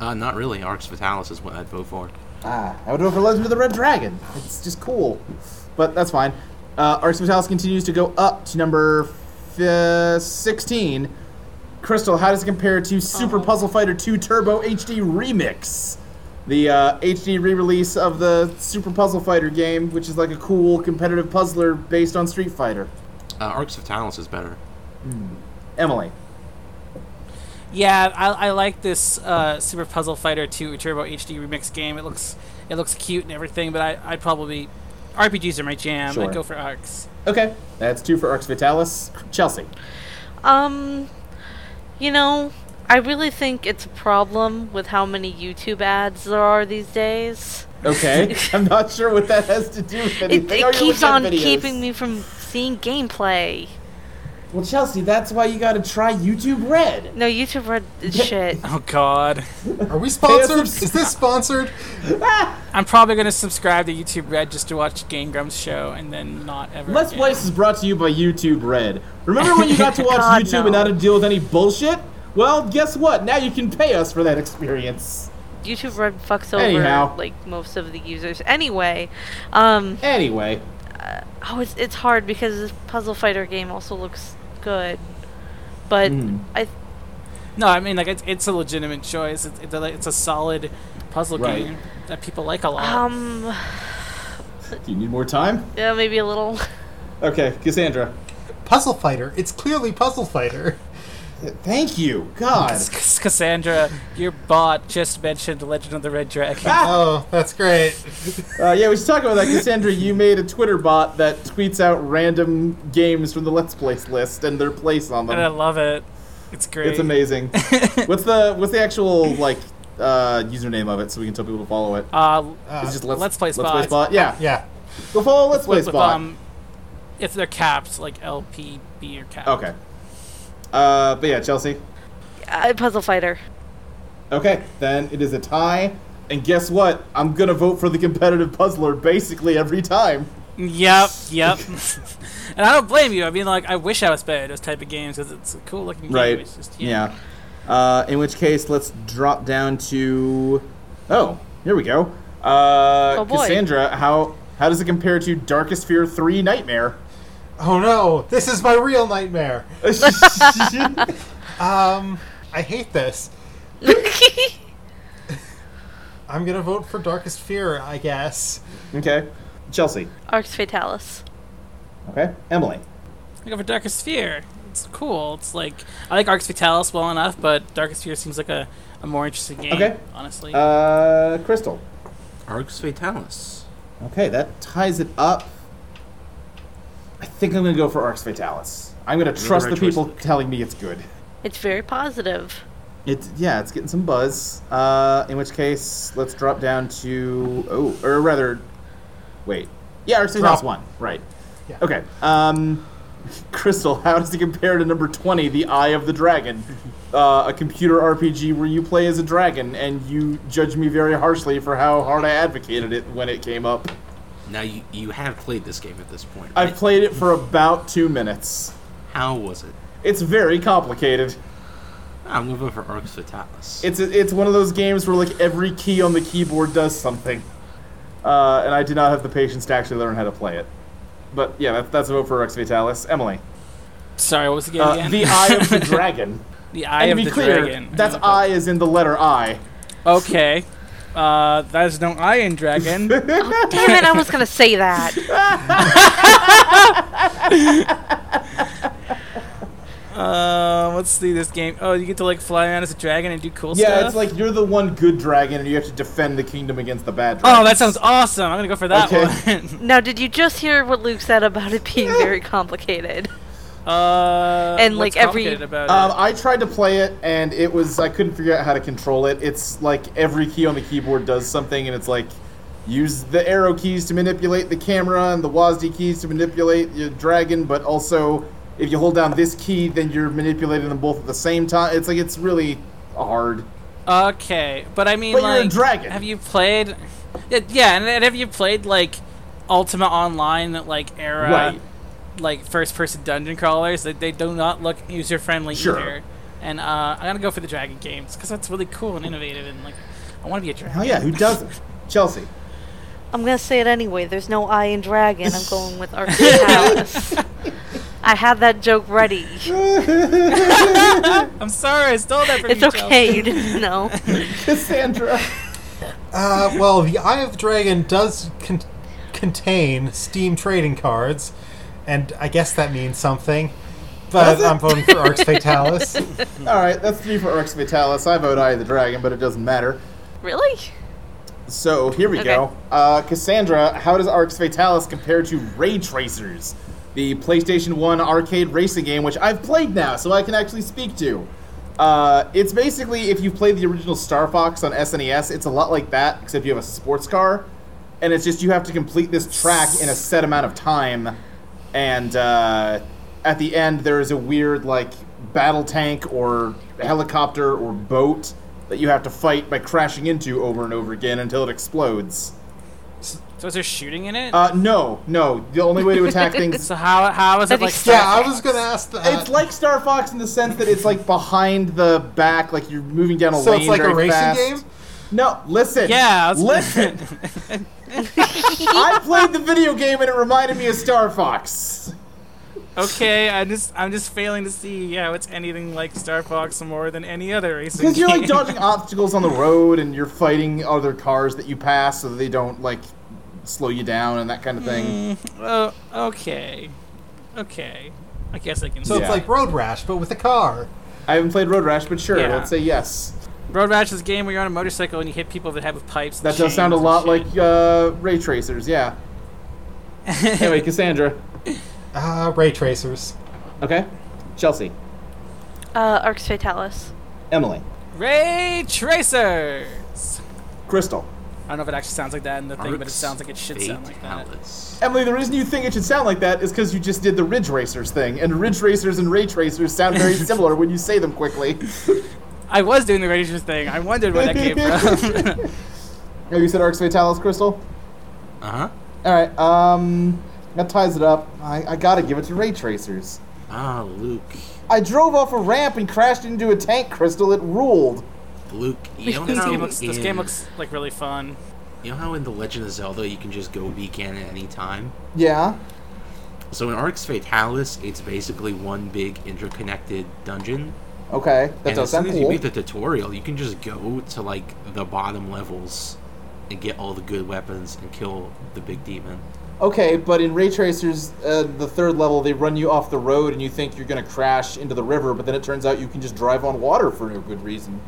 Speaker 6: Uh, not really. Arx Fatalis is what I'd vote for.
Speaker 2: Ah, I would vote for Legend of the Red Dragon. It's just cool. But that's fine. Uh, Arx Vitalis continues to go up to number f- uh, 16. Crystal, how does it compare to Super
Speaker 3: Oh.
Speaker 2: Puzzle Fighter 2 Turbo HD Remix? The uh, HD re release of the Super Puzzle Fighter game, which is like a cool competitive puzzler based on Street Fighter.
Speaker 6: Uh, Arx Fatalis is better.
Speaker 2: Emily.
Speaker 4: Yeah, I, I like this uh, Super Puzzle Fighter 2 Turbo HD remix game. It looks it looks cute and everything, but I I'd probably RPGs are my jam.
Speaker 2: Sure.
Speaker 4: I'd go for Arx.
Speaker 2: Okay, that's two for Arx Vitalis. Chelsea.
Speaker 3: Um, you know, I really think it's a problem with how many YouTube ads there are these days.
Speaker 2: Okay, I'm not sure what that has to do with anything.
Speaker 3: It,
Speaker 2: Oh, you're
Speaker 3: it keeps
Speaker 2: looking at
Speaker 3: on
Speaker 2: videos.
Speaker 3: keeping me from seeing gameplay.
Speaker 2: Well, Chelsea, that's why you gotta try YouTube Red.
Speaker 3: No, YouTube Red is shit.
Speaker 4: Oh God.
Speaker 5: Are we sponsored?
Speaker 2: Pants-
Speaker 5: Is this sponsored?
Speaker 4: I'm probably gonna subscribe to YouTube Red just to watch Game Grumps show and then not ever.
Speaker 2: Let's
Speaker 4: again.
Speaker 2: Place is brought to you by YouTube Red. Remember when you got to watch
Speaker 3: God,
Speaker 2: YouTube and
Speaker 3: no.
Speaker 2: not to deal with any bullshit? Well, guess what? Now you can pay us for that experience.
Speaker 3: YouTube Red fucks over
Speaker 2: Anyhow.
Speaker 3: like most of the users. Anyway, um,
Speaker 2: Anyway,
Speaker 3: oh, it's it's hard because this puzzle fighter game also looks good, but
Speaker 2: Mm.
Speaker 3: I
Speaker 4: No, I mean like it's, it's a legitimate choice. It's, it's, a, it's a solid puzzle
Speaker 2: Right.
Speaker 4: game that people like a lot.
Speaker 3: um,
Speaker 2: do you need more time?
Speaker 3: yeah, maybe a little.
Speaker 2: Okay, Cassandra.
Speaker 5: Puzzle Fighter. It's clearly Puzzle Fighter.
Speaker 2: Thank you. God.
Speaker 4: Cass- Cassandra, your bot just mentioned Legend of the Red Dragon.
Speaker 2: Ah!
Speaker 5: Oh, that's great.
Speaker 2: Uh, yeah, we should talk about that. Cassandra, you made a Twitter bot that tweets out random games from the Let's Plays list and their place on
Speaker 4: and I
Speaker 2: them.
Speaker 4: love it. It's great.
Speaker 2: It's amazing. what's the what's the actual like uh, username of it so we can tell people to follow it?
Speaker 4: Uh,
Speaker 2: It's just Let's,
Speaker 4: Let's Play
Speaker 2: Let's Play
Speaker 4: Spot.
Speaker 2: Spot. Yeah.
Speaker 5: Yeah.
Speaker 2: Go follow Let's Play
Speaker 4: with, with,
Speaker 2: Spot.
Speaker 4: um, if they're capped, like LPB or capped.
Speaker 2: Okay. Uh, but yeah, Chelsea.
Speaker 3: I, uh, puzzle fighter.
Speaker 2: Okay, then it is a tie. And guess what? I'm gonna vote for the competitive puzzler basically every time.
Speaker 4: Yep, yep. and I don't blame you. I mean, like, I wish I was better at those type of games because it's a cool looking game.
Speaker 2: Right.
Speaker 4: It's just, yeah.
Speaker 2: Yeah. Uh, in which case, let's drop down to. Oh, here we go. Uh,
Speaker 3: Oh, boy.
Speaker 2: Cassandra, how how does it compare to Darkest Fear Three Nightmare?
Speaker 5: Oh no, this is my real nightmare. Um, I hate this. I'm gonna vote for Darkest Fear, I guess.
Speaker 2: okay, Chelsea.
Speaker 3: Arx Fatalis.
Speaker 2: Okay, Emily.
Speaker 4: I go for Darkest Fear. It's cool. It's like, I like Arx Vitalis well enough, but Darkest Fear seems like a, a more interesting game,
Speaker 2: Okay.
Speaker 4: honestly.
Speaker 2: Uh, Crystal.
Speaker 6: Arx Fatalis.
Speaker 2: Okay, that ties it up. I think I'm gonna go for Arx Fatalis. I'm gonna trust
Speaker 6: right
Speaker 2: the people
Speaker 6: choice.
Speaker 2: telling me it's good.
Speaker 3: It's very positive.
Speaker 2: It yeah, it's getting some buzz. Uh, in which case, let's drop down to oh, or rather, wait, yeah, Arctic
Speaker 5: Drop.
Speaker 2: House one, right?
Speaker 5: Yeah.
Speaker 2: Okay. Um, Crystal, how does it compare to number twenty, The Eye of the Dragon, uh, a computer RPG where you play as a dragon and you judge me very harshly for how hard I advocated it when it came up?
Speaker 6: Now you, you have played this game at this point.
Speaker 2: I
Speaker 6: right?
Speaker 2: played it for about two minutes.
Speaker 6: How was it?
Speaker 2: It's very complicated.
Speaker 6: Ah, I'm gonna vote for Arx Fatalis.
Speaker 2: It's it's one of those games where like every key on the keyboard does something, uh, and I did not have the patience to actually learn how to play it. But yeah, that, that's a vote for Rex Vitalis. Emily,
Speaker 4: Sorry, what was the game
Speaker 2: uh,
Speaker 4: again?
Speaker 2: the Eye of the Dragon.
Speaker 4: the Eye
Speaker 2: and
Speaker 4: of
Speaker 2: to be
Speaker 4: the
Speaker 2: clear,
Speaker 4: Dragon.
Speaker 2: that's
Speaker 4: Okay.
Speaker 2: I is in the letter I.
Speaker 4: Okay. Uh, that is no Iron Dragon.
Speaker 3: Damn it! I was gonna say that.
Speaker 4: uh, let's see this game. Oh, you get to like fly around as a dragon and do cool
Speaker 2: Yeah,
Speaker 4: stuff.
Speaker 2: it's like you're the one good dragon, and you have to defend the kingdom against the bad dragon.
Speaker 4: Oh, that sounds awesome! I'm gonna go for that
Speaker 2: Okay.
Speaker 4: one.
Speaker 3: now, did you just hear what Luke said about it being very complicated?
Speaker 4: uh,
Speaker 3: And,
Speaker 4: what's
Speaker 3: like, every-
Speaker 4: complicated about it?
Speaker 2: Um, I tried to play it, and it was I couldn't figure out how to control it. It's like every key on the keyboard does something, and it's like use the arrow keys to manipulate the camera and the WASD keys to manipulate your dragon, but also if you hold down this key, then you're manipulating them both at the same time. It's like it's really hard.
Speaker 4: Okay, but I mean,
Speaker 2: But you're a
Speaker 4: like,
Speaker 2: dragon.
Speaker 4: have you played? Yeah, yeah, and, and have you played like Ultima Online, that like era,
Speaker 2: Right.
Speaker 4: like first-person dungeon crawlers? They, they do not look user-friendly
Speaker 2: Sure.
Speaker 4: either. And uh, I'm gonna go for the dragon games because that's really cool and innovative, and like, I want to be a dragon.
Speaker 2: Hell Oh, yeah, who doesn't? Chelsea.
Speaker 3: I'm gonna say it anyway. There's no I in dragon. I'm going with Arx Fatalis. I had that joke ready.
Speaker 4: I'm sorry, I stole that from
Speaker 3: It's
Speaker 4: you.
Speaker 3: okay. You didn't know.
Speaker 2: Cassandra.
Speaker 5: Uh, well, the Eye of the Dragon does con- contain Steam trading cards, and I guess that means something. But
Speaker 2: Does it?
Speaker 5: I'm voting for Arx Fatalis.
Speaker 2: All right, that's three for Urx Vitalis. I vote Eye of the Dragon, but it doesn't matter.
Speaker 3: Really?
Speaker 2: So here we
Speaker 3: Okay.
Speaker 2: go. Uh, Cassandra, how does Arx Fatalis compare to Ray Tracers, the PlayStation 1 arcade racing game, which I've played now, so I can actually speak to? Uh, it's basically if you've played the original Star Fox on SNES, it's a lot like that, except you have a sports car, and it's just you have to complete this track in a set amount of time, and uh, at the end there is a weird like battle tank or helicopter or boat that you have to fight by crashing into over and over again until it explodes.
Speaker 4: So is there shooting in it?
Speaker 2: Uh, no, no. The only way to attack things uh,
Speaker 4: so how how is it like?
Speaker 5: Yeah, I was gonna ask that.
Speaker 2: It's like Star Fox in the sense that it's like behind the back, like you're moving down a
Speaker 5: so
Speaker 2: lane.
Speaker 5: it's like
Speaker 2: very
Speaker 5: a racing
Speaker 2: fast.
Speaker 5: game.
Speaker 2: No, listen.
Speaker 4: Yeah, I was-
Speaker 2: listen. I played the video game and it reminded me of Star Fox.
Speaker 4: Okay, I just I'm just failing to see how it's anything like Star Fox more than any other racing.
Speaker 2: Because you're like
Speaker 4: game.
Speaker 2: dodging obstacles on the road and you're fighting other cars that you pass so they don't like slow you down and that kind of thing.
Speaker 4: Oh, okay, okay. I guess I can.
Speaker 5: So
Speaker 4: see.
Speaker 5: it's
Speaker 2: Yeah.
Speaker 5: like Road Rash, but with a car.
Speaker 2: I haven't played Road Rash, but sure,
Speaker 4: Yeah.
Speaker 2: let's say yes.
Speaker 4: Road Rash is a game where you're on a motorcycle and you hit people that have pipes.
Speaker 2: That does sound a lot like uh, Ray Tracers, yeah. anyway, Cassandra.
Speaker 5: Uh, ray tracers.
Speaker 2: Okay. Chelsea.
Speaker 3: Uh, Arx Fatalis.
Speaker 2: Emily.
Speaker 4: Ray Tracers.
Speaker 2: Crystal.
Speaker 4: I don't know if it actually sounds like that in the thing, but it
Speaker 6: Arx
Speaker 4: sounds like it should sound like that.
Speaker 6: Fatalis.
Speaker 2: Emily, the reason you think it should sound like that is because you just did the Ridge Racers thing, and Ridge Racers and Ray Tracers sound very similar when you say them quickly.
Speaker 4: I was doing the Ray Tracers thing. I wondered where that came from.
Speaker 2: Oh, you said Arx Fatalis, Crystal?
Speaker 6: Uh-huh.
Speaker 2: Alright, um, that ties it up. I, I gotta give it to Ray Tracers.
Speaker 6: Ah, Luke.
Speaker 2: I drove off a ramp and crashed into a tank, Crystal. It ruled.
Speaker 6: Luke, you know,
Speaker 4: this
Speaker 6: how
Speaker 4: game looks. This game
Speaker 6: in-
Speaker 4: looks like really fun.
Speaker 6: You know how in The Legend of Zelda you can just go weekend at any time?
Speaker 2: Yeah.
Speaker 6: So in Arx Fatalis, it's basically one big interconnected dungeon.
Speaker 2: Okay. That
Speaker 6: and
Speaker 2: does
Speaker 6: as soon
Speaker 2: sound
Speaker 6: as you
Speaker 2: cool.
Speaker 6: beat the tutorial, you can just go to like the bottom levels and get all the good weapons and kill the big demon.
Speaker 2: Okay, but in Ray Tracers, uh, the third level, they run you off the road and you think you're gonna crash into the river, but then it turns out you can just drive on water for no good reason.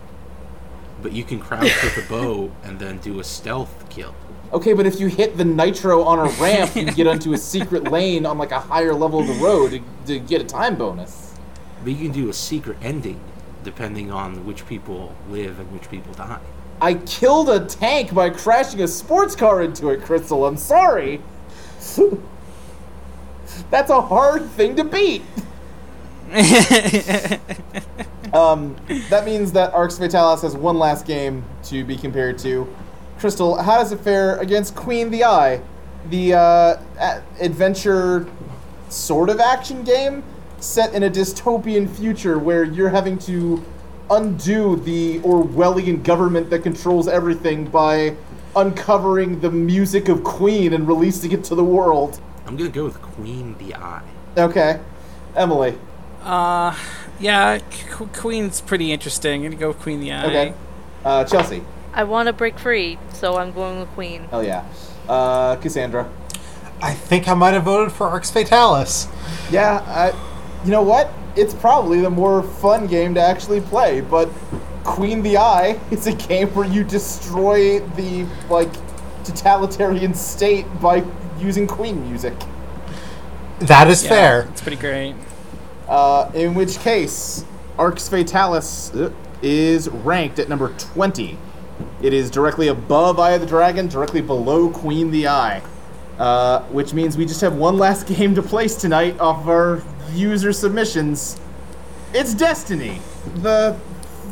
Speaker 6: But you can crouch with a bow and then do a stealth kill.
Speaker 2: Okay, but if you hit the nitro on a ramp, you get onto a secret lane on like a higher level of the road to, to get a time bonus.
Speaker 6: But you can do a secret ending depending on which people live and which people die.
Speaker 2: I killed a tank by crashing a sports car into it, Crystal. I'm sorry. That's a hard thing to beat. Um, that means that Arx Fatalis has one last game to be compared to. Crystal, how does it fare against Queen the Eye, the uh, a- adventure sort of action game set in a dystopian future where you're having to undo the Orwellian government that controls everything by uncovering the music of Queen and releasing it to the world?
Speaker 6: I'm gonna go with Queen the Eye.
Speaker 2: Okay, Emily.
Speaker 4: Uh, yeah, Q- Queen's pretty interesting. I'm gonna go with Queen the Eye.
Speaker 2: Okay, uh, Chelsea.
Speaker 3: I want to break free, so I'm going with Queen.
Speaker 2: Hell yeah, uh, Cassandra.
Speaker 5: I think I might have voted for Arx Fatalis.
Speaker 2: Yeah, I, you know what? It's probably the more fun game to actually play, but Queen the Eye is a game where you destroy the like totalitarian state by using queen music.
Speaker 5: That is
Speaker 4: Yeah,
Speaker 5: fair.
Speaker 4: It's pretty great.
Speaker 2: Uh, in which case, Arx Fatalis uh, is ranked at number 20. It is directly above Eye of the Dragon, directly below Queen the Eye. Uh, which means we just have one last game to place tonight off of our user submissions. It's Destiny. The.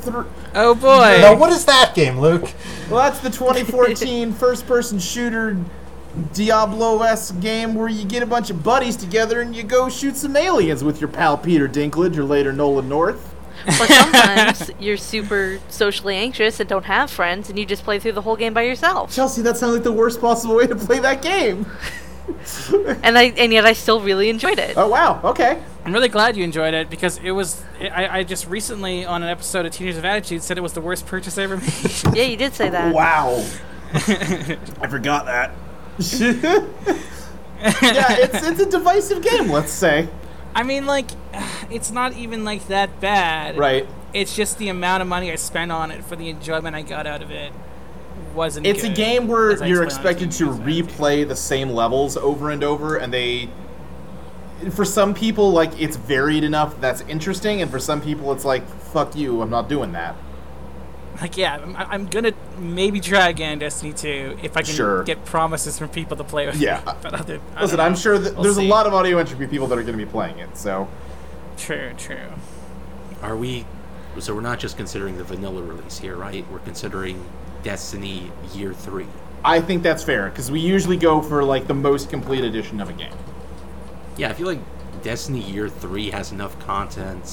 Speaker 2: Th-
Speaker 4: Oh boy.
Speaker 5: Now, what is that game, Luke?
Speaker 2: well, that's the 2014 first person shooter Diablo esque game where you get a bunch of buddies together and you go shoot some aliens with your pal Peter Dinklage or later Nolan North.
Speaker 3: But sometimes you're super socially anxious and don't have friends, and you just play through the whole game by yourself.
Speaker 2: Chelsea, that sounds like the worst possible way to play that game.
Speaker 3: And I and yet I still really enjoyed it.
Speaker 2: Oh wow. Okay.
Speaker 4: I'm really glad you enjoyed it because it was. I, I just recently on an episode of Teenagers of Attitude said it was the worst purchase I ever made.
Speaker 3: Yeah, you did say that.
Speaker 2: Wow. I forgot that. yeah, it's it's a divisive game. Let's say.
Speaker 4: I mean, like, it's not even like that bad.
Speaker 2: Right.
Speaker 4: It's just the amount of money I spent on it for the enjoyment I got out of it wasn't.
Speaker 2: It's a
Speaker 4: good,
Speaker 2: game where
Speaker 4: as I
Speaker 2: you're
Speaker 4: explained on
Speaker 2: expected to
Speaker 4: Teenagers of Attitude.
Speaker 2: replay the same levels over and over, and they. For some people, like it's varied enough that's interesting, and for some people, it's like fuck you, I'm not doing that.
Speaker 4: like yeah, I'm, I'm gonna maybe try again Destiny 2 if I can
Speaker 2: Sure.
Speaker 4: get promises from people to play with.
Speaker 2: Yeah.
Speaker 4: but other, I don't
Speaker 2: Listen,
Speaker 4: know.
Speaker 2: I'm sure that
Speaker 4: We'll
Speaker 2: there's
Speaker 4: see.
Speaker 2: a lot of audio entropy people that are going to be playing it. So
Speaker 4: True, true.
Speaker 6: Are we? So we're not just considering the vanilla release here, right? We're considering Destiny Year Three.
Speaker 2: I think that's fair because we usually go for like the most complete edition of a game.
Speaker 6: Yeah, I feel like Destiny Year Three has enough content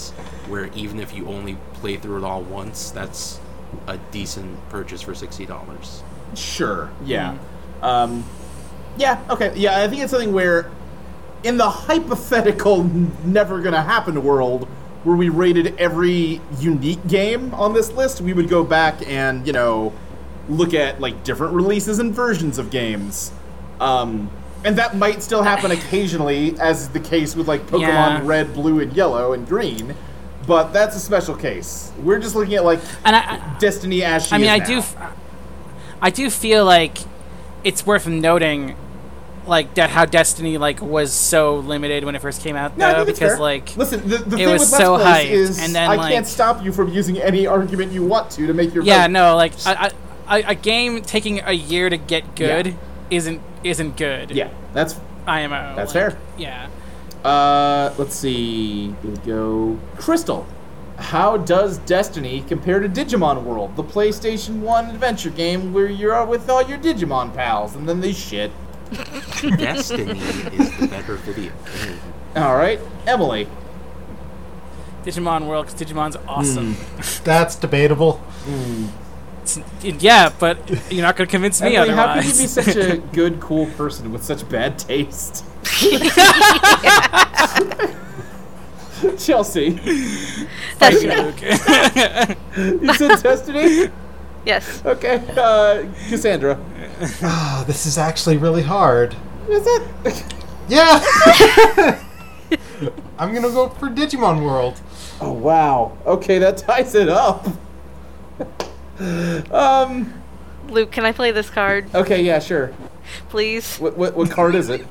Speaker 6: where even if you only play through it all once, that's a decent purchase for sixty dollars.
Speaker 2: Sure. Yeah.
Speaker 4: Mm-hmm.
Speaker 2: Um, yeah. Okay. Yeah. I think it's something where, in the hypothetical n- never gonna happen world, where we rated every unique game on this list, we would go back and you know look at like different releases and versions of games. Um, and that might still happen occasionally, as is the case with like Pokemon
Speaker 4: Yeah.
Speaker 2: Red, Blue, and Yellow and Green. But that's a special case. We're just looking at like
Speaker 4: And I, I
Speaker 2: Destiny Ash.
Speaker 4: I mean, I do, f- I do feel like it's worth noting, like that how Destiny like was so limited when it first came out,
Speaker 2: No, I
Speaker 4: though,
Speaker 2: think it's
Speaker 4: uh, because
Speaker 2: fair.
Speaker 4: like
Speaker 2: listen, the, the
Speaker 4: it
Speaker 2: thing
Speaker 4: was
Speaker 2: with
Speaker 4: so
Speaker 2: Let's Plays
Speaker 4: hyped,
Speaker 2: is
Speaker 4: and then,
Speaker 2: I
Speaker 4: like-
Speaker 2: can't stop you from using any argument you want to to make your
Speaker 4: yeah,
Speaker 2: vote.
Speaker 4: no, like I, I, I- a game taking a year to get good
Speaker 2: Yeah.
Speaker 4: isn't isn't good.
Speaker 2: yeah, that's
Speaker 4: IMO.
Speaker 2: That's
Speaker 4: like,
Speaker 2: fair.
Speaker 4: Yeah.
Speaker 2: uh, let's see, we go Crystal. How does Destiny compare to Digimon World, the PlayStation One adventure game where you're with all your Digimon pals and then they shit?
Speaker 6: Destiny is the better video game.
Speaker 2: All right, Emily.
Speaker 4: Digimon World, 'cause Digimon's
Speaker 2: Hmm.
Speaker 4: awesome.
Speaker 5: That's debatable.
Speaker 4: It's- yeah, but you're not gonna convince me
Speaker 2: Emily, how
Speaker 4: otherwise.
Speaker 2: could you be such a good, cool person with such bad taste? Chelsea,
Speaker 3: That's
Speaker 4: Joke.
Speaker 2: you said Destiny.
Speaker 3: Yes.
Speaker 2: Okay, uh, Cassandra.
Speaker 5: Ah, this is actually really hard.
Speaker 2: Is it?
Speaker 5: Yeah. I'm gonna go for Digimon World.
Speaker 2: Oh wow. Okay, that ties it up. um.
Speaker 3: Luke, can I play this card,
Speaker 2: Okay. Yeah. Sure.
Speaker 3: please?
Speaker 2: What what, what card is it?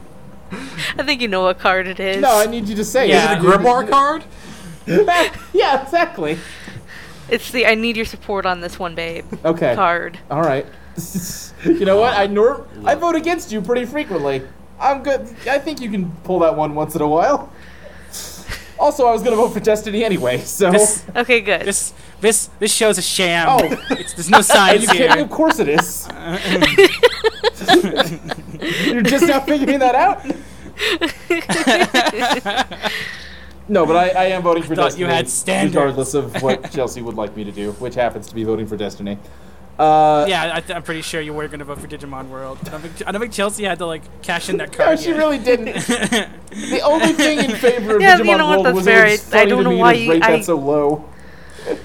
Speaker 3: I think you know what card it is.
Speaker 2: No, I need you to say.
Speaker 4: Yeah.
Speaker 5: Is it a Grimoire card?
Speaker 2: yeah. Exactly.
Speaker 3: It's the I need your support on this one, babe
Speaker 2: Okay.
Speaker 3: card.
Speaker 2: All right. you know what? I nor- I vote against you pretty frequently. I'm good. I think you can pull that one once in a while. Also, I was gonna vote for Destiny anyway, so.
Speaker 4: this,
Speaker 3: Okay, good.
Speaker 4: this, this, this show's a sham.
Speaker 2: Oh.
Speaker 4: It's, there's no
Speaker 2: Are you
Speaker 4: science
Speaker 2: kidding?
Speaker 4: here.
Speaker 2: Of course it is. You're just now figuring that out? No, but I, I am voting for
Speaker 4: thought
Speaker 2: Destiny.
Speaker 4: you had standards.
Speaker 2: Regardless of what Chelsea would like me to do, which happens to be voting for Destiny. Uh,
Speaker 4: yeah, I th- I'm pretty sure you were going to vote for Digimon World. I don't, think, I don't think Chelsea had to like cash in that card.
Speaker 2: No, she
Speaker 4: yet.
Speaker 2: really didn't. The only thing in favor of
Speaker 3: Yeah, you
Speaker 2: Digimon
Speaker 3: know what,
Speaker 2: World
Speaker 3: that's
Speaker 2: was
Speaker 3: fair.
Speaker 2: it was
Speaker 3: I- I
Speaker 2: funny
Speaker 3: don't
Speaker 2: to
Speaker 3: know
Speaker 2: me
Speaker 3: why
Speaker 2: to
Speaker 3: you-
Speaker 2: rate
Speaker 3: I-
Speaker 2: that so low.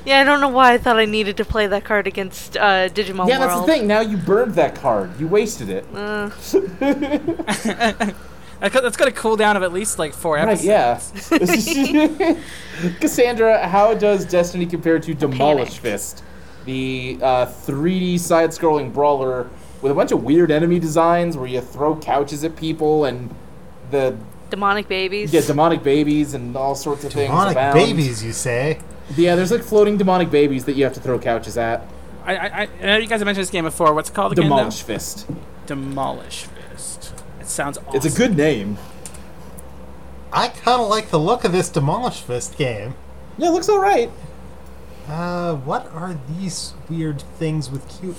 Speaker 3: yeah, I don't know why I thought I needed to play that card against uh, Digimon
Speaker 2: Yeah, that's the
Speaker 3: World.
Speaker 2: thing. Now you burned that card. You wasted it.
Speaker 3: Uh,
Speaker 4: That co- That's got a cooldown of at least like four
Speaker 2: Right,
Speaker 4: episodes.
Speaker 2: yeah. Cassandra, how does Destiny compare to Demolish Fist, the uh, 3D side scrolling brawler with a bunch of weird enemy designs where you throw couches at people and the
Speaker 3: demonic babies.
Speaker 2: yeah, demonic babies and all sorts of things?
Speaker 5: Demonic
Speaker 2: abound.
Speaker 5: babies, you say?
Speaker 2: Yeah, there's like floating demonic babies that you have to throw couches at.
Speaker 4: I, I, I- I know you guys have mentioned this game before. What's it called again? though?
Speaker 2: Demolish Fist.
Speaker 4: Demolish Fist. It sounds awesome.
Speaker 2: It's a good name.
Speaker 5: I kind of like the look of this Demolish Fist game.
Speaker 2: Yeah, it looks alright.
Speaker 5: Uh, what are these weird things with Q?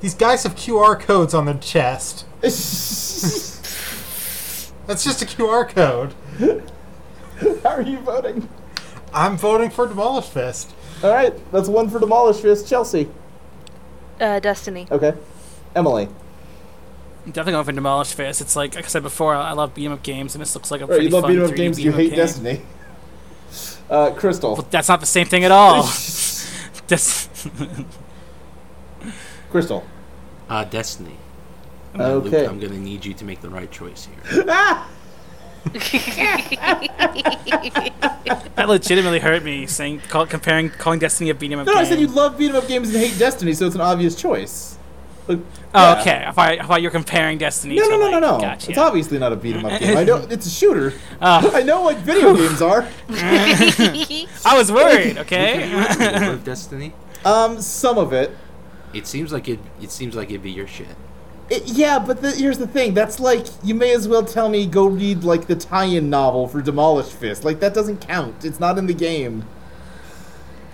Speaker 5: These guys have QR codes on their chest.
Speaker 2: how
Speaker 5: That's just a QR code.
Speaker 2: are you voting?
Speaker 5: I'm voting for Demolish Fist.
Speaker 2: Alright, that's one for Demolish Fist. Chelsea.
Speaker 3: Uh, Destiny.
Speaker 2: Okay. Emily.
Speaker 4: I'm definitely going for Demolish Fist. It's like, like I said before, I I love beat 'em up games, and this looks like a
Speaker 2: Right,
Speaker 4: pretty
Speaker 2: you love
Speaker 4: fun
Speaker 2: beating up
Speaker 4: 3D
Speaker 2: games, you hate
Speaker 4: beat 'em up game.
Speaker 2: Destiny. Uh, Crystal.
Speaker 4: Well, that's not the same thing at all. Des-
Speaker 2: Crystal.
Speaker 6: Uh, Destiny. Luke,
Speaker 2: Okay.
Speaker 6: I'm gonna need you to make the right choice here.
Speaker 4: that legitimately hurt me saying call, comparing calling Destiny a beat 'em up
Speaker 2: No,
Speaker 4: game.
Speaker 2: I said you love beating up games and hate Destiny, so it's an obvious choice. Like,
Speaker 4: Oh,
Speaker 2: yeah.
Speaker 4: okay. I thought, I thought you were comparing Destiny.
Speaker 2: No,
Speaker 4: to,
Speaker 2: no, no, no,
Speaker 4: like,
Speaker 2: no.
Speaker 4: Gotcha.
Speaker 2: It's obviously not a beat 'em up game. I know it's a shooter.
Speaker 4: Ah.
Speaker 2: I know what video games are.
Speaker 4: I was worried. Okay.
Speaker 6: Lord of Destiny.
Speaker 2: Um, some of it.
Speaker 6: It seems like it. It seems like it'd be your shit.
Speaker 2: It- yeah, but the, here's the thing. That's like you may as well tell me go read like the tie-in novel for Demolished Fist. Like that doesn't count. It's not in the game.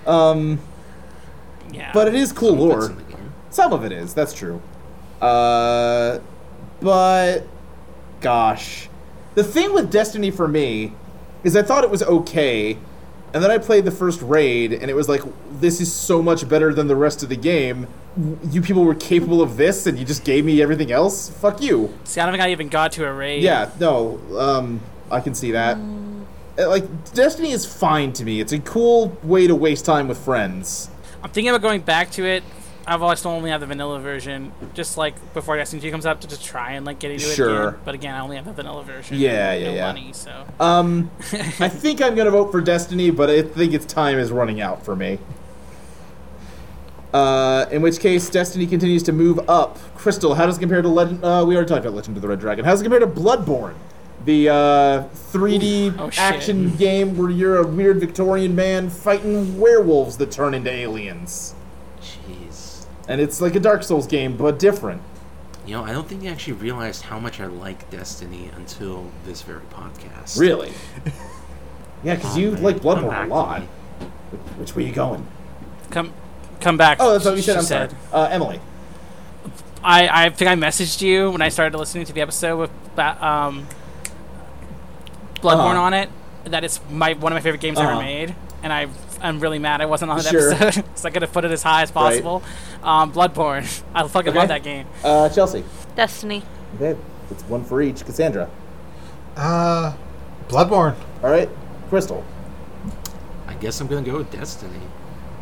Speaker 2: Um,
Speaker 4: Yeah.
Speaker 2: but it is cool
Speaker 6: Some of it's
Speaker 2: lore.
Speaker 6: in the game.
Speaker 2: Some of it is. That's true. Uh, but gosh, the thing with Destiny for me is I thought it was okay, and then I played the first raid, and it was like this is so much better than the rest of the game. You people were capable of this, and you just gave me everything else. Fuck you.
Speaker 4: See, I don't think I even got to a raid.
Speaker 2: Yeah. No. Um, I can see that. Uh, Like Destiny is fine to me. It's a cool way to waste time with friends.
Speaker 4: I'm thinking about going back to it. I've watched only have the vanilla version, just like before Destiny 2 comes out, to just try and like get into it
Speaker 2: Sure.
Speaker 4: again. But again, I only have the vanilla version.
Speaker 2: Yeah, yeah,
Speaker 4: no
Speaker 2: yeah.
Speaker 4: Money, so
Speaker 2: Um, I think I'm gonna vote for Destiny, but I think its time is running out for me. Uh, in which case, Destiny continues to move up. Crystal, how does it compare to Legend? Uh, we already talked about Legend of the Red Dragon. How does it compare to Bloodborne, the uh, 3D
Speaker 4: Oh, shit.
Speaker 2: action game where you're a weird Victorian man fighting werewolves that turn into aliens?
Speaker 6: Jeez.
Speaker 2: And it's like a Dark Souls game, but different.
Speaker 6: You know, I don't think they actually realized how much I like Destiny until this very podcast.
Speaker 2: Really? yeah, because you
Speaker 6: man,
Speaker 2: like
Speaker 6: come back
Speaker 2: Bloodborne a
Speaker 6: to
Speaker 2: lot.
Speaker 6: me.
Speaker 2: Which way you going?
Speaker 4: come, come back.
Speaker 2: Oh, that's what you
Speaker 4: she
Speaker 2: said. I'm sorry. Uh, Emily.
Speaker 4: I, I think I messaged you when I started listening to the episode with ba- um, Bloodborne
Speaker 2: Uh-huh.
Speaker 4: on it. That it's my one of my favorite games ever
Speaker 2: Uh-huh.
Speaker 4: made, and I I'm really mad I wasn't on that
Speaker 2: Sure.
Speaker 4: episode. so I could have put it as high as possible. Um, Bloodborne, I fucking
Speaker 2: Okay.
Speaker 4: love that game.
Speaker 2: Uh, Chelsea.
Speaker 3: Destiny.
Speaker 2: Okay, it's one for each. Cassandra.
Speaker 5: Uh, Bloodborne.
Speaker 2: All right, Crystal.
Speaker 6: I guess I'm gonna go with Destiny.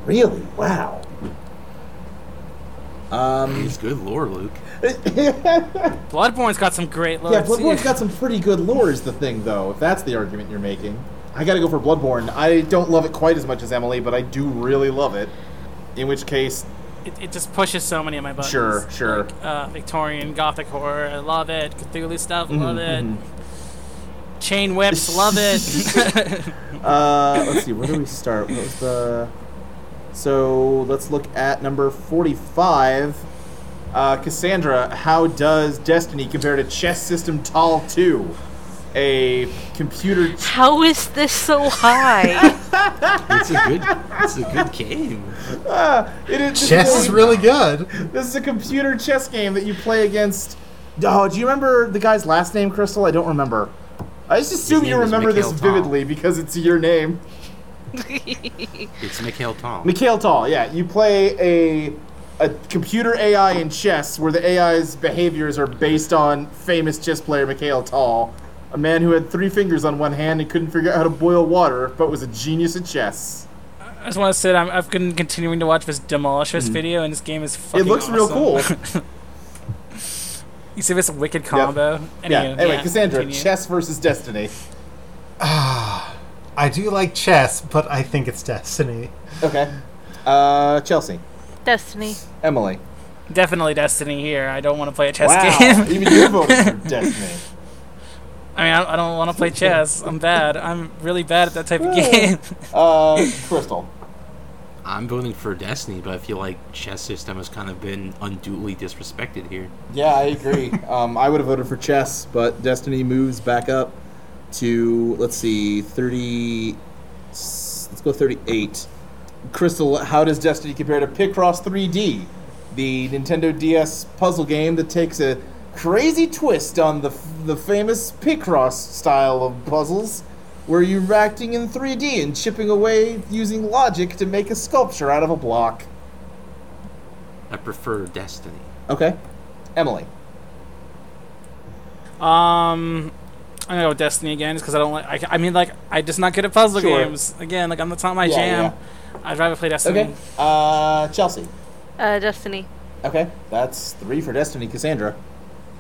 Speaker 2: Really? Wow. Um.
Speaker 6: It's good lore, Luke.
Speaker 2: yeah,
Speaker 4: Bloodborne's got some great lore.
Speaker 2: Bloodborne's got some pretty good lore. Is the thing though? If that's the argument you're making, I gotta go for Bloodborne. I don't love it quite as much as Emily, but I do really love it. In which case,
Speaker 4: it, it just pushes so many of my buttons.
Speaker 2: sure, sure.
Speaker 4: Uh, Victorian Gothic horror, I love it. Cthulhu stuff,
Speaker 2: Mm-hmm,
Speaker 4: love it. Chain whips, love it.
Speaker 2: Uh, let's see, where do we start? What was the. So let's look at number 45. Uh, Cassandra, how does Destiny compare to Chess System Tall 2? A computer. ch-
Speaker 3: How is this so high?
Speaker 6: It's a good. it's a good game.
Speaker 2: Ah, it is, this
Speaker 5: Chess
Speaker 2: a-
Speaker 5: is really good.
Speaker 2: This is a computer chess game that you play against. Oh, do you remember the guy's last name, Crystal? I don't remember. I just assume you
Speaker 6: name is
Speaker 2: remember this
Speaker 6: Mikhail Tal.
Speaker 2: vividly because it's your name.
Speaker 6: It's Mikhail Tom.
Speaker 2: Mikhail Tall, yeah. You play a a computer AI in chess where the AI's behaviors are based on famous chess player Mikhail Tall, a man who had three fingers on one hand and couldn't figure out how to boil water, but was a genius at chess.
Speaker 4: I just want to say that I'm, I've been continuing to watch this Demolishers video, and this game is fucking
Speaker 2: Mm-hmm. it looks real
Speaker 4: awesome.
Speaker 2: cool.
Speaker 4: You see this wicked combo?
Speaker 2: yeah.
Speaker 4: Anywho,
Speaker 2: Anyway, Cassandra,
Speaker 4: continue.
Speaker 2: chess versus destiny.
Speaker 5: I do like chess, but I think it's Destiny.
Speaker 2: Okay. Uh, Chelsea,
Speaker 3: Destiny.
Speaker 2: Emily.
Speaker 4: Definitely Destiny here. I don't want to play a chess
Speaker 2: Wow.
Speaker 4: game.
Speaker 2: Even you voted for destiny.
Speaker 4: I mean, I, I don't want to play chess. I'm bad. I'm really bad at that type of game.
Speaker 2: Uh, Crystal.
Speaker 6: I'm voting for Destiny, but I feel like chess system has kind of been unduly disrespected here.
Speaker 2: Yeah, I agree. um, I would have voted for chess, but Destiny moves back up to let's see, thirty. Let's go thirty-eight. Crystal, how does Destiny compare to Picross 3D, the Nintendo DS puzzle game that takes a crazy twist on the the famous Picross style of puzzles, where you're acting in 3D and chipping away using logic to make a sculpture out of a block?
Speaker 6: I prefer Destiny.
Speaker 2: Okay, Emily.
Speaker 4: Um, I'm gonna go with Destiny again, just because I don't like. I, I mean, like, I just not good at puzzle
Speaker 2: Sure.
Speaker 4: games. Again, like, I'm not my
Speaker 2: Yeah,
Speaker 4: jam. I'd rather play Destiny.
Speaker 2: Okay, uh, Chelsea.
Speaker 3: Uh, Destiny.
Speaker 2: Okay, that's three for Destiny, Cassandra.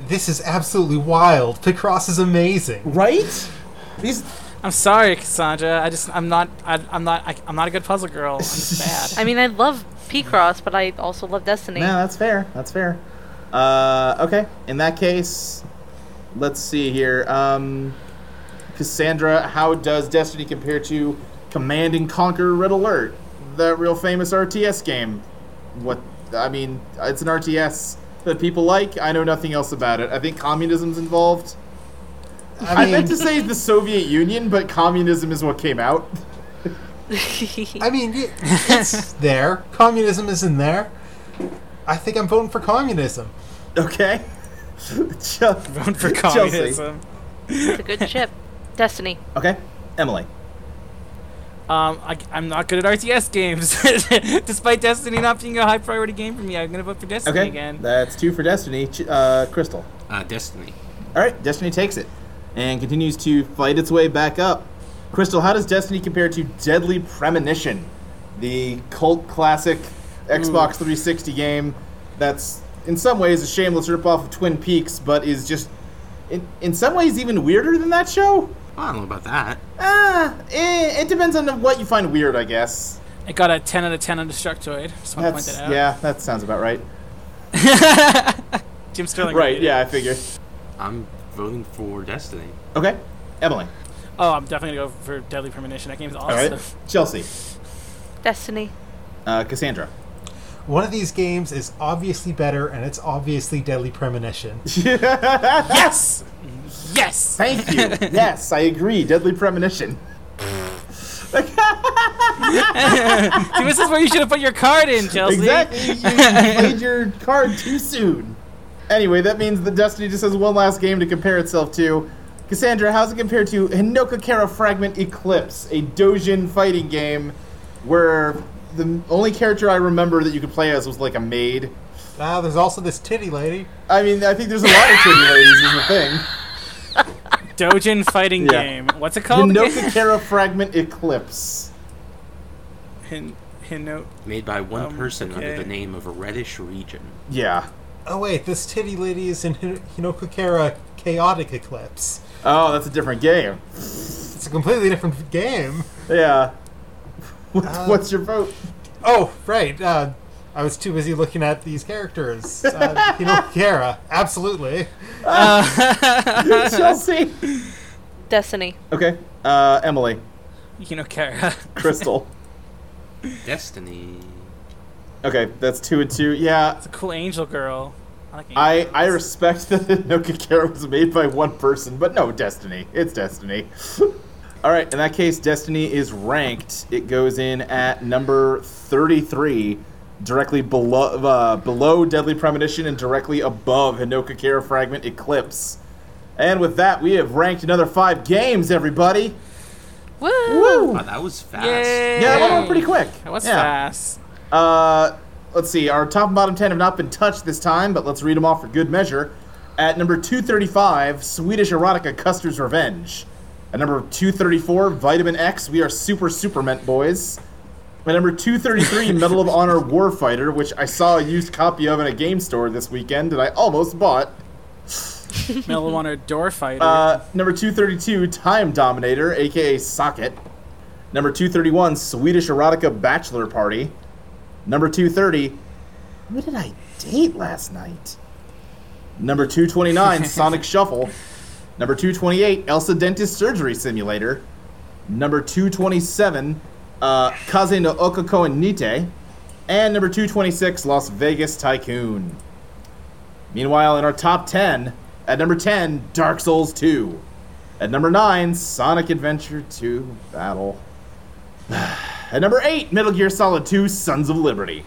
Speaker 5: This is absolutely wild. Picross is amazing.
Speaker 2: Right? These.
Speaker 4: I'm sorry, Cassandra. I just, I'm not, I, I'm not, I, I'm not a good puzzle girl. I'm just
Speaker 3: I
Speaker 4: bad.
Speaker 3: mean, I love P-Cross, but I also love Destiny.
Speaker 2: No, that's fair. That's fair. Uh, okay, in that case, let's see here. Um, Cassandra, how does Destiny compare to Command and Conquer Red Alert? that real famous RTS game. What I mean, it's an RTS that people like. I know nothing else about it. I think communism's involved. I,
Speaker 5: I mean,
Speaker 2: meant to say the Soviet Union, but communism is what came out.
Speaker 5: I mean, y- it's there. Communism is in there. I think I'm voting for communism.
Speaker 2: Okay. Just
Speaker 4: Vote for
Speaker 2: Chelsea.
Speaker 4: communism.
Speaker 3: It's a good chip. Destiny.
Speaker 2: Okay, Emily.
Speaker 4: Um, I, am not good at RTS games. Despite Destiny not being a high priority game for me, I'm gonna vote for Destiny
Speaker 2: Okay,
Speaker 4: again.
Speaker 2: that's two for Destiny. Ch- Uh, Crystal.
Speaker 6: Uh, Destiny.
Speaker 2: All right, Destiny takes it and continues to fight its way back up. Crystal, how does Destiny compare to Deadly Premonition, the cult classic Xbox 360 game that's in some ways a shameless ripoff of Twin Peaks, but is just in, in some ways even weirder than that show?
Speaker 6: I don't know about that.
Speaker 2: Ah, eh, it depends on what you find weird, I guess.
Speaker 4: I got a 10 out of 10 on Destructoid. Just want to point
Speaker 2: That's
Speaker 4: that out.
Speaker 2: yeah, that sounds about right.
Speaker 4: Jim Sterling.
Speaker 2: Right,
Speaker 4: rated
Speaker 2: yeah,
Speaker 4: it.
Speaker 2: I figure.
Speaker 6: I'm voting for Destiny.
Speaker 2: Okay, Emily.
Speaker 4: Oh, I'm definitely gonna go for Deadly Premonition. That game's
Speaker 2: All right,
Speaker 4: awesome.
Speaker 2: Chelsea,
Speaker 3: Destiny.
Speaker 2: uh, Cassandra.
Speaker 5: One of these games is obviously better, and it's obviously Deadly Premonition.
Speaker 4: Yes. Yes.
Speaker 2: Thank you. yes, I agree. Deadly premonition.
Speaker 4: See, this is where you should have put your card in, Chelsea.
Speaker 2: Exactly. You played your card too soon. Anyway, that means that Destiny just has one last game to compare itself to. Cassandra, how's it compared to Hinoka Kara Fragment Eclipse, a Dojin fighting game where the only character I remember that you could play as was like a maid?
Speaker 5: Ah, there's also this titty lady.
Speaker 2: I mean, I think there's a lot of pretty ladies in the thing.
Speaker 4: Dojin fighting
Speaker 2: Yeah.
Speaker 4: game. What's it called?
Speaker 2: Hinoka
Speaker 4: again?
Speaker 2: Kara Fragment Eclipse.
Speaker 4: Hin- Hino-
Speaker 6: Made by one
Speaker 4: Um,
Speaker 6: person
Speaker 4: okay.
Speaker 6: under the name of a reddish region.
Speaker 2: Yeah.
Speaker 5: Oh wait, this titty lady is in Hin- Hinokakera Chaotic Eclipse.
Speaker 2: Oh, that's a different game.
Speaker 5: It's a completely different game.
Speaker 2: Yeah. What's,
Speaker 5: Uh,
Speaker 2: what's your vote?
Speaker 5: Oh right, uh, I was too busy looking at these characters. Uh, Hinokakera, absolutely.
Speaker 2: Ah. Chelsea.
Speaker 3: Destiny.
Speaker 2: Okay. Uh, Emily.
Speaker 4: You know, Kara.
Speaker 2: Crystal.
Speaker 6: Destiny.
Speaker 2: okay, that's two and two. Yeah.
Speaker 4: It's a cool angel girl. I like angel
Speaker 2: I, I
Speaker 4: girls.
Speaker 2: respect that Hinoka Care was made by one person, but no, Destiny. It's Destiny. All right, in that case, Destiny is ranked. It goes in at number 33, directly below, uh, below Deadly Premonition and directly above Hinoka Care Fragment Eclipse. And with that, we have ranked another five games, everybody.
Speaker 3: Woo!
Speaker 6: Wow, that was fast.
Speaker 4: Yay.
Speaker 2: Yeah, that went pretty quick.
Speaker 4: That was
Speaker 2: yeah.
Speaker 4: fast.
Speaker 2: Uh, let's see. Our top and bottom 10 have not been touched this time, but let's read them off for good measure. At number 235, Swedish erotica Custer's Revenge. At number 234, Vitamin X, We Are Super Superment Boys. At number 233, Medal of Honor Warfighter, which I saw a used copy of in a game store this weekend and I almost bought.
Speaker 4: Metal Wanted Door Fighter.
Speaker 2: Uh, number 232, Time Dominator, aka Socket. Number 231, Swedish Erotica Bachelor Party. Number 230, who did I date last night? Number 229, Sonic Shuffle. Number 228, Elsa Dentist Surgery Simulator. Number 227, uh, Kaze no Okako and Nite. And number 226, Las Vegas Tycoon. Meanwhile, in our top 10, at number 10, Dark Souls 2. At number 9, Sonic Adventure 2 Battle. At number 8, Metal Gear Solid 2 Sons of Liberty.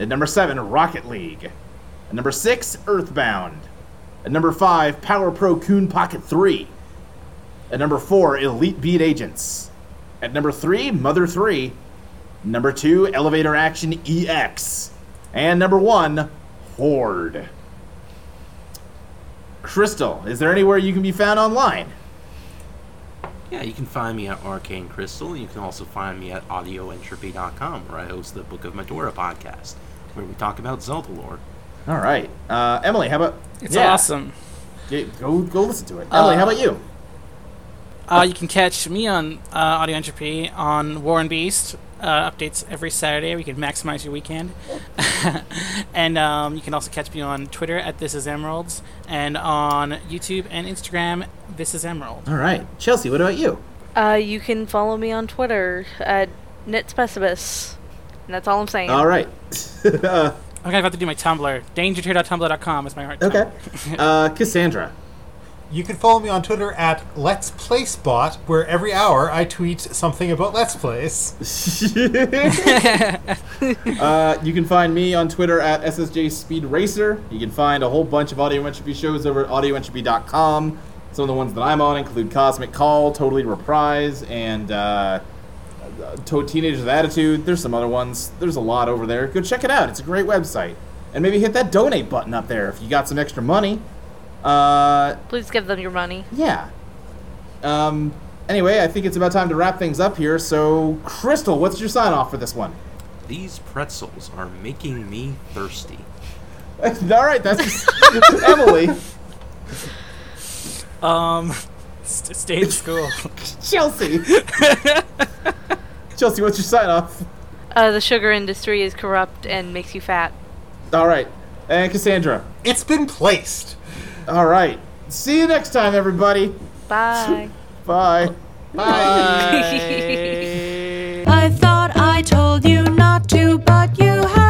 Speaker 2: At number 7, Rocket League. At number 6, Earthbound. At number 5, Power Pro Coon Pocket 3. At number 4, Elite Beat Agents. At number 3, Mother 3. Number 2, Elevator Action EX. And number 1, Horde. Crystal, is there anywhere you can be found online?
Speaker 6: Yeah, you can find me at Arcane Crystal, and you can also find me at audioentropy.com, where I host the Book of Medora podcast, where we talk about Zelda lore.
Speaker 2: All right. Uh, Emily, how about.
Speaker 4: it's
Speaker 2: yeah.
Speaker 4: awesome.
Speaker 2: Yeah, Go, go listen to it. Emily, how about you?
Speaker 4: Uh, you can catch me on uh, Audio Entropy on War and Beast. Uh, updates every Saturday. We can maximize your weekend. and um, you can also catch me on Twitter at This Is Emeralds and on YouTube and Instagram, This Is Emerald.
Speaker 2: All right. Chelsea, what about you?
Speaker 3: Uh, you can follow me on Twitter at Nit Specibus. And that's all I'm saying.
Speaker 2: All right. Uh,
Speaker 4: I'm gonna have to do my Tumblr. DangerTear.tumblr.com is my heart.
Speaker 2: okay. Uh, Cassandra.
Speaker 5: You can follow me on Twitter at Let's Play Spot, where every hour I tweet something about Let's Plays.
Speaker 2: Uh, you can find me on Twitter at SSJ Speed Racer. You can find a whole bunch of Audio Entropy shows over at audioentropy.com. Some of the ones that I'm on include Cosmic Call, Totally Reprise, and uh, to- Teenagers with Attitude. There's some other ones. There's a lot over there. Go check it out. It's a great website. And maybe hit that donate button up there if you got some extra money. Uh,
Speaker 3: Please give them your money.
Speaker 2: yeah. Um, anyway, I think it's about time to wrap things up here. So, Crystal, what's your sign off for this one?
Speaker 6: These pretzels are making me thirsty.
Speaker 2: All right, that's Emily.
Speaker 4: Um, st- stay in school.
Speaker 2: Chelsea. Chelsea, what's your sign off?
Speaker 3: Uh, the sugar industry is corrupt and makes you fat.
Speaker 2: All right. And Cassandra.
Speaker 5: It's been placed.
Speaker 2: All right. See you next time, everybody.
Speaker 3: Bye.
Speaker 2: Bye.
Speaker 4: Bye.
Speaker 1: I thought I told you not to, but you have.